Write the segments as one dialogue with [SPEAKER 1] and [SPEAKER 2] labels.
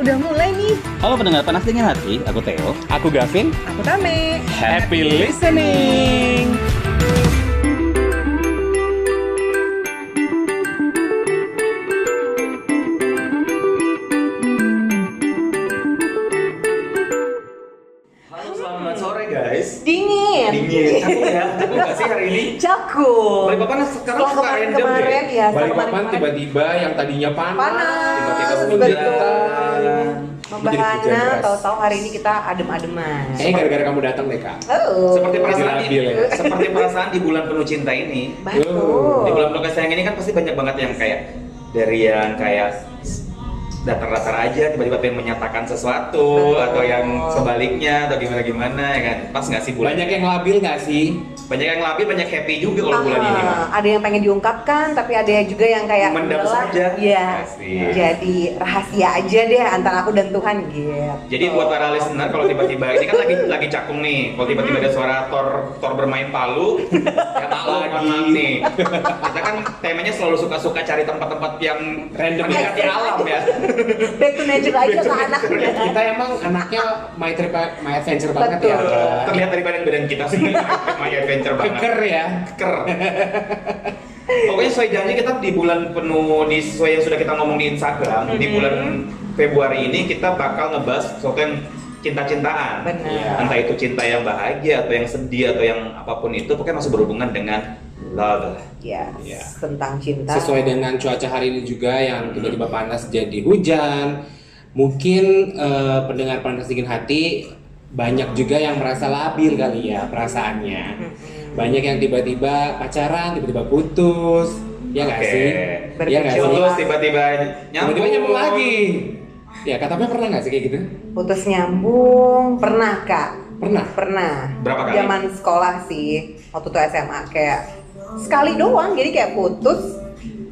[SPEAKER 1] Udah mulai nih.
[SPEAKER 2] Halo pendengar panas dingin hati, aku Theo.
[SPEAKER 3] Aku Gavin.
[SPEAKER 1] Aku Tame.
[SPEAKER 3] Happy listening.
[SPEAKER 4] Halo, selamat sore guys.
[SPEAKER 1] Dingin.
[SPEAKER 4] Dingin, aku ya, aku nggak sih hari ini.
[SPEAKER 1] Caku.
[SPEAKER 4] Balikpapan kan sekarang
[SPEAKER 1] Kalau
[SPEAKER 4] suka
[SPEAKER 1] kemarin-
[SPEAKER 4] random
[SPEAKER 1] kemarin
[SPEAKER 4] deh.
[SPEAKER 1] ya. sama
[SPEAKER 3] Balik papan
[SPEAKER 1] kemarin-kemarin.
[SPEAKER 3] tiba-tiba yang tadinya panas,
[SPEAKER 1] Panas,
[SPEAKER 3] tiba-tiba
[SPEAKER 1] betul.
[SPEAKER 3] hujan. Jadi hujan
[SPEAKER 1] Membahana,
[SPEAKER 3] deras.
[SPEAKER 1] tahu-tahu hari ini kita adem-ademan.
[SPEAKER 3] Kayaknya Eh, gara-gara kamu datang deh kak.
[SPEAKER 1] Oh.
[SPEAKER 4] Eh, Seperti perasaan di,
[SPEAKER 3] Labil ya.
[SPEAKER 4] seperti perasaan di bulan penuh cinta ini.
[SPEAKER 1] Betul.
[SPEAKER 4] Di bulan penuh kasih sayang ini kan pasti banyak banget yang kayak dari yang kayak datar-datar aja tiba-tiba pengen menyatakan sesuatu
[SPEAKER 1] Betul.
[SPEAKER 4] atau yang sebaliknya atau gimana gimana ya kan pas nggak sih bulan
[SPEAKER 3] Banyak yang labil nggak sih?
[SPEAKER 4] banyak yang labil banyak happy juga kalau bulan ini mah
[SPEAKER 1] Ah, Ada yang pengen diungkapkan, tapi ada yang juga yang kayak
[SPEAKER 4] Mendam
[SPEAKER 1] udahlah,
[SPEAKER 4] saja.
[SPEAKER 1] Iya.
[SPEAKER 4] Asik.
[SPEAKER 1] Jadi rahasia aja deh antara aku dan Tuhan gitu.
[SPEAKER 4] Jadi buat para listener kalau tiba-tiba ini kan lagi lagi cakung nih, kalau tiba-tiba ada suara Thor Thor bermain palu, ya tahu
[SPEAKER 3] Lagi.
[SPEAKER 4] lagi nih. Kita kan temanya selalu suka-suka cari tempat-tempat yang
[SPEAKER 3] Random.
[SPEAKER 4] mendekati alam ya.
[SPEAKER 1] back to nature aja ke anaknya.
[SPEAKER 3] Kita emang anaknya my trip my adventure banget
[SPEAKER 1] Betul.
[SPEAKER 3] ya. Kak.
[SPEAKER 4] Terlihat dari badan badan kita sendiri, my adventure banget.
[SPEAKER 3] Keker ya.
[SPEAKER 4] Keker. Pokoknya sesuai janji kita di bulan penuh di sesuai yang sudah kita ngomong di Instagram di
[SPEAKER 1] Mm-hmm.
[SPEAKER 4] bulan Februari ini kita bakal ngebahas sesuatu yang cinta-cintaan. Iya.
[SPEAKER 1] Benar.
[SPEAKER 4] entah itu cinta yang bahagia atau yang sedih atau yang apapun itu pokoknya masih berhubungan dengan love
[SPEAKER 1] Yes, Ya,
[SPEAKER 3] Iya.
[SPEAKER 1] tentang cinta.
[SPEAKER 3] Sesuai dengan cuaca hari ini juga yang tiba-tiba panas jadi hujan. Mungkin eh, pendengar panas dingin hati banyak juga yang merasa labil kali ya perasaannya.
[SPEAKER 1] Mm-hmm.
[SPEAKER 3] Banyak yang tiba-tiba pacaran, tiba-tiba putus. Ya nggak
[SPEAKER 4] Oke.
[SPEAKER 3] sih? Ya nggak sih?
[SPEAKER 4] putus tiba-tiba
[SPEAKER 3] Tiba-tiba
[SPEAKER 4] nyambung
[SPEAKER 3] nyambung lagi. Ya, katanya pernah nggak sih kayak gitu?
[SPEAKER 1] Putus nyambung pernah kak?
[SPEAKER 3] Pernah.
[SPEAKER 1] Pernah.
[SPEAKER 4] Berapa kali?
[SPEAKER 1] Zaman sekolah sih, waktu itu SMA kayak sekali doang, jadi kayak putus,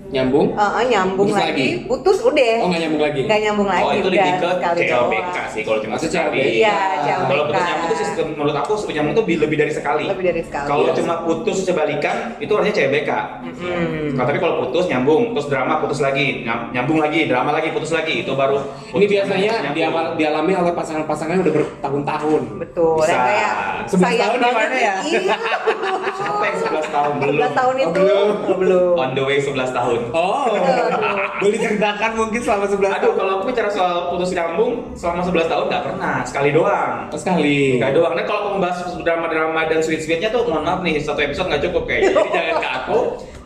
[SPEAKER 3] Nyambung?
[SPEAKER 1] eh, eh, nyambung
[SPEAKER 3] Putus
[SPEAKER 1] lagi.
[SPEAKER 3] lagi?
[SPEAKER 1] putus udah.
[SPEAKER 3] Oh, nggak nyambung lagi.
[SPEAKER 1] Eh, Nggak nyambung lagi.
[SPEAKER 4] oh itu
[SPEAKER 1] udah
[SPEAKER 4] lebih ke
[SPEAKER 1] sekali
[SPEAKER 4] CLBK
[SPEAKER 1] doang.
[SPEAKER 4] sih kalau cuma
[SPEAKER 3] Maksudnya
[SPEAKER 4] sekali
[SPEAKER 3] CLBK.
[SPEAKER 1] Iya,
[SPEAKER 4] kalau putus
[SPEAKER 3] Kalau
[SPEAKER 1] CLBK.
[SPEAKER 4] nyambung itu sistem menurut aku putus nyambung itu lebih dari sekali
[SPEAKER 1] Lebih dari sekali.
[SPEAKER 4] kalau
[SPEAKER 3] Iya.
[SPEAKER 4] cuma putus sebalikan itu artinya CBK Nah, tapi kalau putus nyambung terus drama putus lagi nyam- nyambung lagi drama lagi putus lagi itu baru
[SPEAKER 3] Ini
[SPEAKER 4] putus
[SPEAKER 3] biasanya
[SPEAKER 4] nyambung.
[SPEAKER 3] diamal- dialami oleh pasangan-pasangan yang udah bertahun-tahun.
[SPEAKER 1] Betul.
[SPEAKER 4] Bisa.
[SPEAKER 1] Dan kayak
[SPEAKER 3] Sebelas
[SPEAKER 1] sayang
[SPEAKER 3] tahun
[SPEAKER 1] banget
[SPEAKER 3] gimana ya?
[SPEAKER 1] Iya.
[SPEAKER 4] Siapa yang 11 tahun belum
[SPEAKER 1] 11 tahun
[SPEAKER 3] Oh,
[SPEAKER 1] itu
[SPEAKER 3] belum.
[SPEAKER 1] Oh, belum.
[SPEAKER 4] on the way 11 tahun
[SPEAKER 3] Oh, boleh diceritakan mungkin selama 11
[SPEAKER 4] Aduh,
[SPEAKER 3] tahun.
[SPEAKER 4] kalau aku bicara soal putus nyambung selama 11 tahun nggak pernah, sekali doang.
[SPEAKER 3] Oh, sekali.
[SPEAKER 4] Sekali doang. Nah, kalau mau membahas drama-drama dan sweet-sweetnya tuh mohon maaf nih, satu episode nggak cukup kayaknya. Jadi jangan ke aku,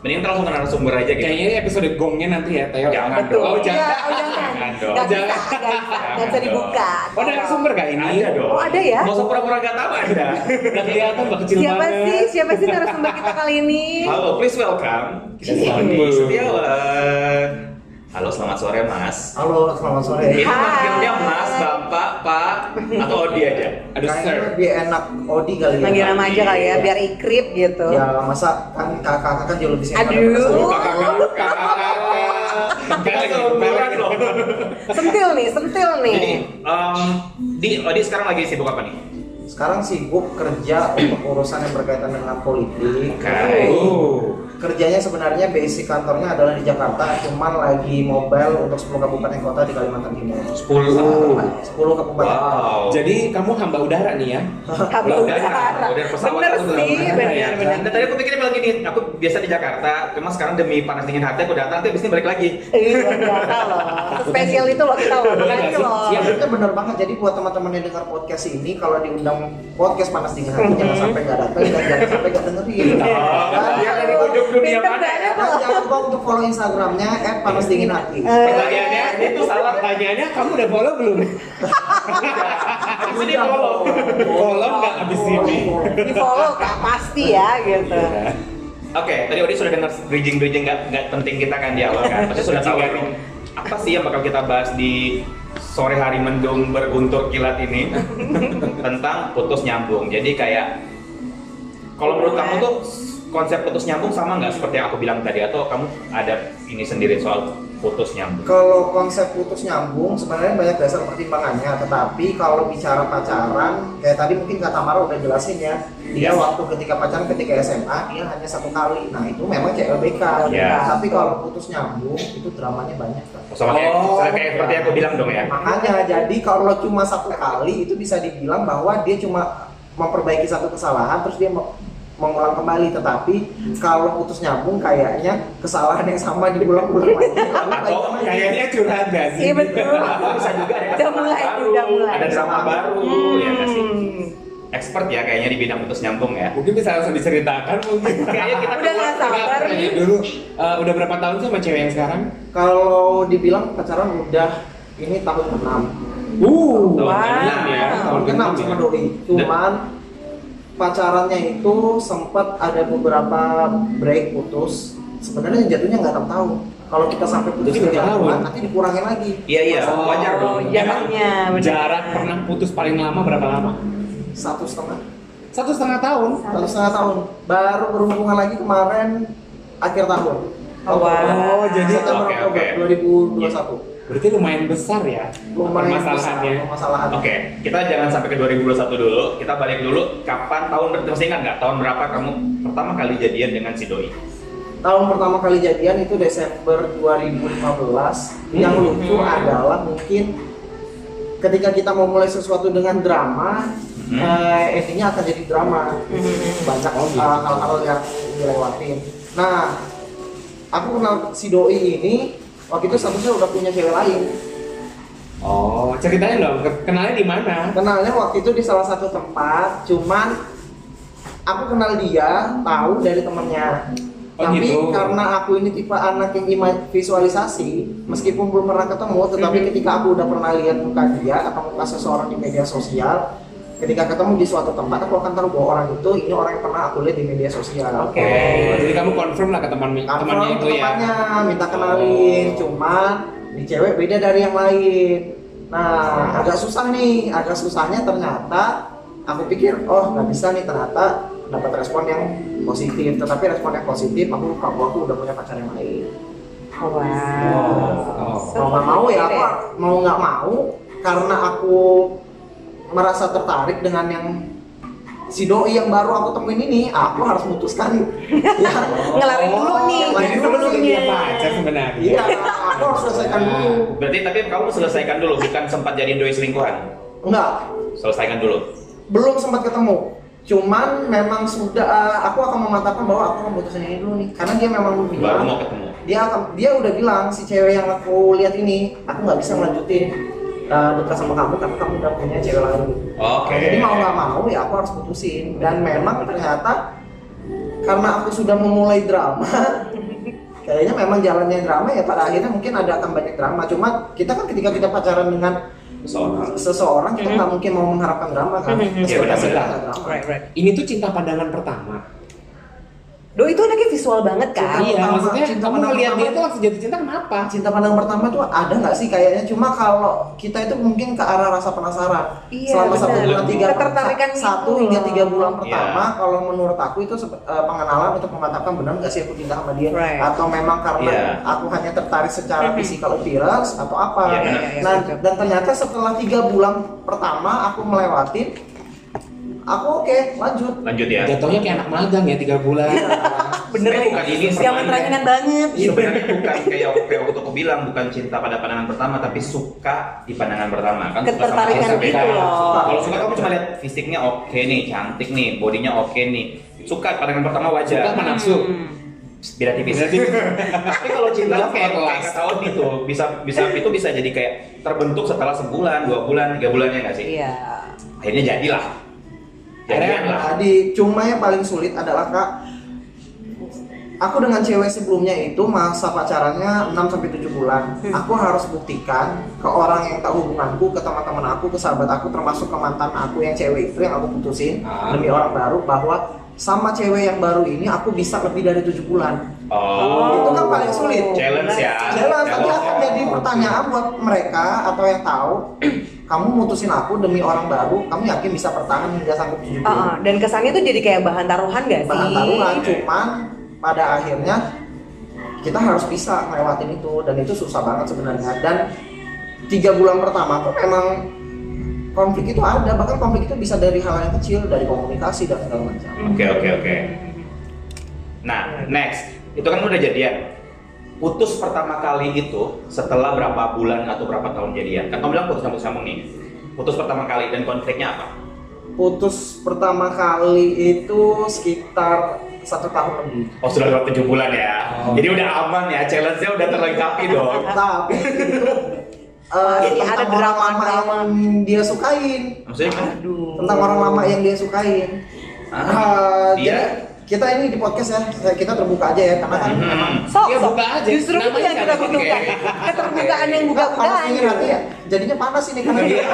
[SPEAKER 4] mending kita langsung ke narasumber aja gitu.
[SPEAKER 3] Kayaknya ini episode gongnya nanti ya, Teo.
[SPEAKER 4] Jangan
[SPEAKER 1] Betul.
[SPEAKER 4] dong.
[SPEAKER 3] Oh, jangan.
[SPEAKER 1] Iya, oh, jangan.
[SPEAKER 4] Jangan dong.
[SPEAKER 1] Nggak bisa,
[SPEAKER 3] Jangan.
[SPEAKER 1] nggak bisa, nggak bisa
[SPEAKER 4] Jangan
[SPEAKER 1] dibuka.
[SPEAKER 3] Oh, narasumber kah ini?
[SPEAKER 4] Ada dong.
[SPEAKER 1] Oh, ada ya?
[SPEAKER 4] Nggak usah pura-pura nggak tahu ada.
[SPEAKER 3] Udah kelihatan, udah kecil
[SPEAKER 1] Siapa
[SPEAKER 3] banget.
[SPEAKER 1] sih? Siapa sih narasumber kita kali ini?
[SPEAKER 4] Halo, please welcome. Kita
[SPEAKER 1] Iya.
[SPEAKER 4] Sony Setiawan. Halo, selamat sore Mas.
[SPEAKER 5] Halo, selamat sore.
[SPEAKER 4] Ini
[SPEAKER 1] Hai.
[SPEAKER 4] panggilnya Mas, Bapak, Pak, atau Odi aja.
[SPEAKER 3] Aduh,
[SPEAKER 5] Kayaknya
[SPEAKER 3] sir.
[SPEAKER 5] lebih enak Odi kali ya.
[SPEAKER 1] Manggil nama aja kali ya, biar ikrip gitu.
[SPEAKER 5] Ya masa kan kakak kan jauh lebih sehat.
[SPEAKER 1] Aduh.
[SPEAKER 4] Aduh, kakak-kakak, kakak-kakak. Kita seumuran loh.
[SPEAKER 1] Sentil nih, sentil nih.
[SPEAKER 4] Jadi, em, di Odi sekarang lagi sibuk apa nih?
[SPEAKER 5] Sekarang sibuk kerja untuk urusan yang berkaitan dengan politik.
[SPEAKER 3] Oh.
[SPEAKER 5] Kerjanya sebenarnya basic kantornya adalah di Jakarta, cuman lagi mobile untuk 10 kabupaten kota di Kalimantan Timur.
[SPEAKER 4] 10
[SPEAKER 5] 10 kabupaten.
[SPEAKER 4] Oh. Wow.
[SPEAKER 3] Jadi kamu hamba udara nih ya?
[SPEAKER 1] Kabel
[SPEAKER 4] udah,
[SPEAKER 1] udara.
[SPEAKER 4] udah pesawat
[SPEAKER 1] Bener
[SPEAKER 4] aku udah
[SPEAKER 1] sih,
[SPEAKER 3] udara ya,
[SPEAKER 1] bener bener.
[SPEAKER 4] Nah, tadi aku pikirnya bilang gini, aku biasa di Jakarta, cuma sekarang demi panas dingin hati aku datang, nanti abis ini balik lagi.
[SPEAKER 1] Iya, biasa loh. Spesial itu loh kita loh.
[SPEAKER 3] Iya,
[SPEAKER 1] Makasih loh.
[SPEAKER 3] siap.
[SPEAKER 5] Sebenarnya benar banget. Jadi buat teman-teman yang dengar podcast ini, kalau diundang podcast panas dingin hati, jangan sampai nggak datang dan jangan sampai nggak dengerin. Kan?
[SPEAKER 4] Oh,
[SPEAKER 1] Iya,
[SPEAKER 4] dia dari ujung dunia
[SPEAKER 1] Pinter
[SPEAKER 4] mana?
[SPEAKER 1] banget
[SPEAKER 5] Dan
[SPEAKER 1] loh.
[SPEAKER 5] jangan lupa untuk follow Instagramnya @panasdinginhati.
[SPEAKER 1] Eh,
[SPEAKER 3] Pertanyaannya, itu salah pertanyaannya, kamu udah follow belum?
[SPEAKER 4] Abis ini follow.
[SPEAKER 3] Follow nggak abis
[SPEAKER 1] Oh,
[SPEAKER 3] ini?
[SPEAKER 1] Eh, Di follow kak pasti ya gitu.
[SPEAKER 3] Iya.
[SPEAKER 4] Oke, tadi Odi sudah dengar bridging-bridging nggak nggak penting kita kan di awal kan, pasti sudah tahu
[SPEAKER 3] Bridging
[SPEAKER 4] kan, apa sih yang bakal kita bahas di sore hari mendung berguntur kilat ini tentang putus nyambung. Jadi kayak kalau menurut kamu tuh konsep putus nyambung sama nggak seperti yang aku bilang tadi atau kamu ada ini sendiri soal putus nyambung?
[SPEAKER 5] Kalau konsep putus nyambung sebenarnya banyak dasar pertimbangannya, tetapi kalau bicara pacaran, kayak tadi mungkin kata Mara udah jelasin ya, dia
[SPEAKER 4] Yes.
[SPEAKER 5] waktu ketika pacaran ketika SMA dia hanya satu kali, nah itu memang CLBK.
[SPEAKER 4] Yes.
[SPEAKER 5] Tapi kalau putus nyambung itu dramanya banyak. Kak.
[SPEAKER 4] Sama kayak,
[SPEAKER 3] Oh,
[SPEAKER 4] sama kayak seperti yang aku bilang dong ya.
[SPEAKER 5] Makanya jadi kalau cuma satu kali itu bisa dibilang bahwa dia cuma memperbaiki satu kesalahan terus dia me- mengulang kembali tetapi kalau putus nyambung kayaknya kesalahan yang sama diulang-ulang lagi.
[SPEAKER 4] Atau kayaknya
[SPEAKER 3] curhat gak sih?
[SPEAKER 1] Iya betul.
[SPEAKER 4] bisa juga
[SPEAKER 1] Udah
[SPEAKER 4] ada kesalahan
[SPEAKER 1] mulai,
[SPEAKER 4] baru,
[SPEAKER 1] udah mulai.
[SPEAKER 4] ada drama
[SPEAKER 3] Hmm.
[SPEAKER 4] baru, ya nggak sih?
[SPEAKER 1] Hmm.
[SPEAKER 4] Expert ya kayaknya di bidang putus nyambung ya.
[SPEAKER 3] Mungkin bisa langsung diceritakan mungkin.
[SPEAKER 4] Kayaknya kita
[SPEAKER 1] Udah nggak sabar
[SPEAKER 3] Tanya
[SPEAKER 1] nih.
[SPEAKER 3] dulu, eh, udah berapa tahun sih sama cewek yang sekarang?
[SPEAKER 5] Kalau dibilang pacaran udah ini tahun ke-6.
[SPEAKER 3] Uh,
[SPEAKER 4] Tahun
[SPEAKER 1] Wah.
[SPEAKER 4] ke-enam ya.
[SPEAKER 5] Tahun ke-6
[SPEAKER 3] ke-enam
[SPEAKER 5] sama
[SPEAKER 3] ya.
[SPEAKER 5] Doi. Cuman pacarannya itu sempat ada beberapa break putus. Sebenarnya jatuhnya nggak enam tahun. Kalau kita sampai putus
[SPEAKER 3] Jadi berapa
[SPEAKER 5] tiga
[SPEAKER 3] tahun?
[SPEAKER 5] bulan, nanti dikurangin lagi.
[SPEAKER 4] Iya iya,
[SPEAKER 3] Oh,
[SPEAKER 4] wajar dong.
[SPEAKER 1] Oh, jaraknya benar.
[SPEAKER 3] Jarak pernah putus paling lama berapa lama?
[SPEAKER 5] Satu setengah,
[SPEAKER 3] Satu setengah tahun.
[SPEAKER 5] satu setengah tahun. Baru berhubungan lagi kemarin akhir tahun.
[SPEAKER 1] Oh, wow.
[SPEAKER 3] Oh, jadi-
[SPEAKER 5] September
[SPEAKER 4] Oke,
[SPEAKER 5] Oktober
[SPEAKER 4] oke.
[SPEAKER 5] 2021.
[SPEAKER 3] Berarti lumayan besar ya
[SPEAKER 5] Lumayan besar
[SPEAKER 3] permasalahannya.
[SPEAKER 5] permasalahan.
[SPEAKER 4] Oke, kita jangan sampai ke 2021 dulu. Kita balik dulu. Kapan tahun ber- masih ingat nggak tahun berapa kamu pertama kali jadian dengan si doi?
[SPEAKER 5] tahun pertama kali jadian itu Desember 2015
[SPEAKER 4] Hmm.
[SPEAKER 5] yang lucu adalah mungkin ketika kita mau mulai sesuatu dengan drama
[SPEAKER 4] Hmm.
[SPEAKER 5] eh, endingnya akan jadi drama
[SPEAKER 1] Hmm.
[SPEAKER 5] banyak
[SPEAKER 3] Oh, gitu.
[SPEAKER 5] eh, hal-hal yang dilewatin nah aku kenal si doi ini waktu itu statusnya udah punya cewek lain
[SPEAKER 3] Oh, ceritain dong, ke- kenalnya di mana?
[SPEAKER 5] kenalnya waktu itu di salah satu tempat cuman aku kenal dia tahu dari temennya
[SPEAKER 3] Oh,
[SPEAKER 5] tapi
[SPEAKER 3] gitu.
[SPEAKER 5] karena aku ini tipe anak yang ima- visualisasi meskipun belum pernah ketemu tetapi
[SPEAKER 3] Mm-hmm.
[SPEAKER 5] ketika aku udah pernah lihat muka dia atau muka seseorang di media sosial ketika ketemu di suatu tempat aku akan tahu bahwa orang itu ini orang yang pernah aku lihat di media sosial
[SPEAKER 1] Oke.
[SPEAKER 3] Oh, jadi kamu confirm lah ke teman temannya
[SPEAKER 5] Confirm
[SPEAKER 3] itu
[SPEAKER 5] ke
[SPEAKER 3] ya.
[SPEAKER 5] temannya, minta kenalin,
[SPEAKER 3] Oh.
[SPEAKER 5] cuman di cewek beda dari yang lain. Nah, agak susah nih, agak susahnya ternyata aku pikir, oh nggak bisa nih ternyata dapat respon yang positif, tetapi respon yang positif aku lupa bahwa aku udah punya pacar yang lain.
[SPEAKER 1] Oh, wow.
[SPEAKER 3] Oh.
[SPEAKER 1] So,
[SPEAKER 5] Mau nggak mau ya
[SPEAKER 1] gitu
[SPEAKER 5] aku mau nggak mau karena aku merasa tertarik dengan yang si doi yang baru aku temuin ini, aku harus memutuskan ya,
[SPEAKER 1] Ngelarin dulu nih,
[SPEAKER 5] ngelarin
[SPEAKER 3] Jadi
[SPEAKER 5] dulu
[SPEAKER 3] dulu udah
[SPEAKER 5] nih.
[SPEAKER 3] dia pacar sebenarnya.
[SPEAKER 5] Iya, aku harus selesaikan dulu.
[SPEAKER 4] Berarti tapi kamu selesaikan dulu, bukan sempat jadiin doi selingkuhan.
[SPEAKER 5] Enggak,
[SPEAKER 4] Selesaikan dulu.
[SPEAKER 5] belum sempat ketemu. Cuman memang sudah uh, aku akan memantapkan bahwa aku memutuskan ini dulu nih karena dia memang
[SPEAKER 4] Baru
[SPEAKER 5] bilang
[SPEAKER 4] mau ketemu.
[SPEAKER 5] dia akan dia udah bilang si cewek yang aku lihat ini aku nggak bisa ngelanjutin uh, dekat sama kamu karena kamu udah punya cewek lain.
[SPEAKER 4] Oke.
[SPEAKER 5] Jadi mau nggak mau ya aku harus putusin dan memang ternyata karena aku sudah memulai drama kayaknya memang jalannya drama ya pada akhirnya mungkin ada akan banyak drama cuma kita kan ketika kita pacaran dengan
[SPEAKER 4] Seseorang.
[SPEAKER 5] seseorang kita
[SPEAKER 1] Mhm.
[SPEAKER 5] nggak mungkin mau mengharapkan drama kan
[SPEAKER 1] Mhm.
[SPEAKER 3] Mm-hmm.
[SPEAKER 4] Iya,
[SPEAKER 5] Ekspektasi
[SPEAKER 4] benar,
[SPEAKER 5] kita
[SPEAKER 4] benar.
[SPEAKER 5] ada drama
[SPEAKER 1] Right, right.
[SPEAKER 3] Ini tuh cinta pandangan pertama.
[SPEAKER 1] Do itu anaknya visual banget kan?
[SPEAKER 5] Cinta
[SPEAKER 3] iya,
[SPEAKER 5] pertama,
[SPEAKER 3] maksudnya
[SPEAKER 5] cinta
[SPEAKER 3] kamu
[SPEAKER 5] pandangan
[SPEAKER 3] ngeliat dia
[SPEAKER 5] pertama.
[SPEAKER 3] tuh langsung jatuh cinta kenapa?
[SPEAKER 5] cinta pandang pertama tuh ada nggak sih kayaknya cuma kalau kita itu mungkin ke arah rasa penasaran
[SPEAKER 1] Iya,
[SPEAKER 5] selama satu
[SPEAKER 1] benar.
[SPEAKER 5] bulan tiga
[SPEAKER 1] Ketertarikan
[SPEAKER 5] satu
[SPEAKER 1] gitu
[SPEAKER 5] hingga
[SPEAKER 1] loh.
[SPEAKER 5] tiga bulan pertama
[SPEAKER 4] Iya.
[SPEAKER 5] kalau menurut aku itu sep- eh, pengenalan untuk memantapkan benar nggak sih aku cinta sama dia
[SPEAKER 1] Right.
[SPEAKER 5] atau memang karena
[SPEAKER 4] Iya.
[SPEAKER 5] aku hanya tertarik secara
[SPEAKER 1] Mhm.
[SPEAKER 5] physical appearance atau apa
[SPEAKER 4] Iya, benar.
[SPEAKER 1] Iya, iya,
[SPEAKER 5] nah
[SPEAKER 1] betul.
[SPEAKER 5] dan ternyata setelah tiga bulan pertama aku melewati aku oke lanjut
[SPEAKER 4] Lanjut ya.
[SPEAKER 3] Jatuhnya kayak anak magang ya tiga bulan.
[SPEAKER 1] Bener
[SPEAKER 4] Sebenarnya
[SPEAKER 1] ya?
[SPEAKER 4] bukan ini
[SPEAKER 1] Yang
[SPEAKER 4] sebenarnya. Iya,
[SPEAKER 1] menerangkan banget.
[SPEAKER 5] Iya.
[SPEAKER 4] Sebenarnya bukan kayak kayak waktu aku bilang bukan cinta pada pandangan pertama tapi suka di pandangan pertama kan suka sama
[SPEAKER 1] Ketertarikan
[SPEAKER 4] cewek
[SPEAKER 1] gitu
[SPEAKER 4] beda.
[SPEAKER 1] loh.
[SPEAKER 4] Suka. Kalau suka kamu cuma lihat fisiknya oke nih, cantik nih, bodinya oke nih. Suka pandangan pertama
[SPEAKER 3] Suka
[SPEAKER 4] wajar.
[SPEAKER 3] menafsu.
[SPEAKER 4] Beda
[SPEAKER 3] Iya,
[SPEAKER 4] tipis.
[SPEAKER 3] kan?
[SPEAKER 4] tapi kalau cinta
[SPEAKER 3] Beda
[SPEAKER 4] kayak
[SPEAKER 3] kelas.
[SPEAKER 4] kayak kata Odi tuh bisa bisa itu bisa jadi kayak terbentuk setelah sebulan, dua bulan, tiga bulan ya nggak sih?
[SPEAKER 1] Iya.
[SPEAKER 4] Akhirnya jadilah. Jadian lah.
[SPEAKER 5] Tadi cuma yang paling sulit adalah kak Aku dengan cewek sebelumnya itu masa pacarannya 6 sampai 7 bulan.
[SPEAKER 1] Hmm.
[SPEAKER 5] Aku harus buktikan ke orang yang tahu hubunganku, ke teman-teman aku, ke sahabat aku termasuk ke mantan aku yang cewek itu yang aku putusin
[SPEAKER 3] Ah.
[SPEAKER 5] demi orang baru bahwa sama cewek yang baru ini aku bisa lebih dari 7 bulan.
[SPEAKER 4] Oh.
[SPEAKER 5] Itu kan paling sulit.
[SPEAKER 1] Ah,
[SPEAKER 4] Challenge ya.
[SPEAKER 5] Jalan tapi akan jadi pertanyaan buat mereka atau yang tahu kamu mutusin aku demi orang baru kamu yakin bisa bertahan hingga sanggup
[SPEAKER 1] Ah,
[SPEAKER 5] tujuh
[SPEAKER 1] ah.
[SPEAKER 5] bulan
[SPEAKER 1] dan kesannya tuh jadi kayak bahan taruhan gak sih?
[SPEAKER 5] bahan taruhan cuman pada akhirnya kita harus bisa ngelewatin itu dan itu susah banget sebenarnya dan tiga bulan pertama tuh memang konflik itu ada bahkan konflik itu bisa dari hal yang kecil dari komunikasi dan segala macam
[SPEAKER 4] Oke, oke, oke. Nah, next. Itu kan udah jadian. Putus pertama kali itu setelah berapa bulan atau berapa tahun jadian? Kan kamu bilang putus nyambung sambung nih. Putus pertama kali dan konfliknya apa?
[SPEAKER 5] putus pertama kali itu sekitar satu tahun lebih
[SPEAKER 4] Oh sudah lewat 7 bulan ya.
[SPEAKER 3] Oh.
[SPEAKER 4] Jadi udah aman ya, challenge-nya udah terlengkapi dong.
[SPEAKER 5] tapi itu eh,
[SPEAKER 1] Jadi ada
[SPEAKER 5] tentang orang lama
[SPEAKER 1] drama-drama.
[SPEAKER 5] yang dia sukain
[SPEAKER 4] Maksudnya kan gimana?
[SPEAKER 1] Aduh.
[SPEAKER 5] tentang orang lama yang dia sukain
[SPEAKER 4] Ah,
[SPEAKER 5] Ah,
[SPEAKER 4] dia?
[SPEAKER 5] jadi kita ini di podcast ya kita terbuka aja ya karena kan
[SPEAKER 4] Hmm.
[SPEAKER 1] Sok,
[SPEAKER 3] Iya,
[SPEAKER 1] sok.
[SPEAKER 3] buka aja.
[SPEAKER 1] Justru itu
[SPEAKER 3] Namanya
[SPEAKER 1] yang kita
[SPEAKER 3] nggak
[SPEAKER 1] butuhkan.
[SPEAKER 3] pakai.
[SPEAKER 1] Keterbukaan yang
[SPEAKER 5] Enggak, panas
[SPEAKER 1] buka-bukaan.
[SPEAKER 5] dingin hati ya jadinya panas ini kan. karena
[SPEAKER 4] Iya.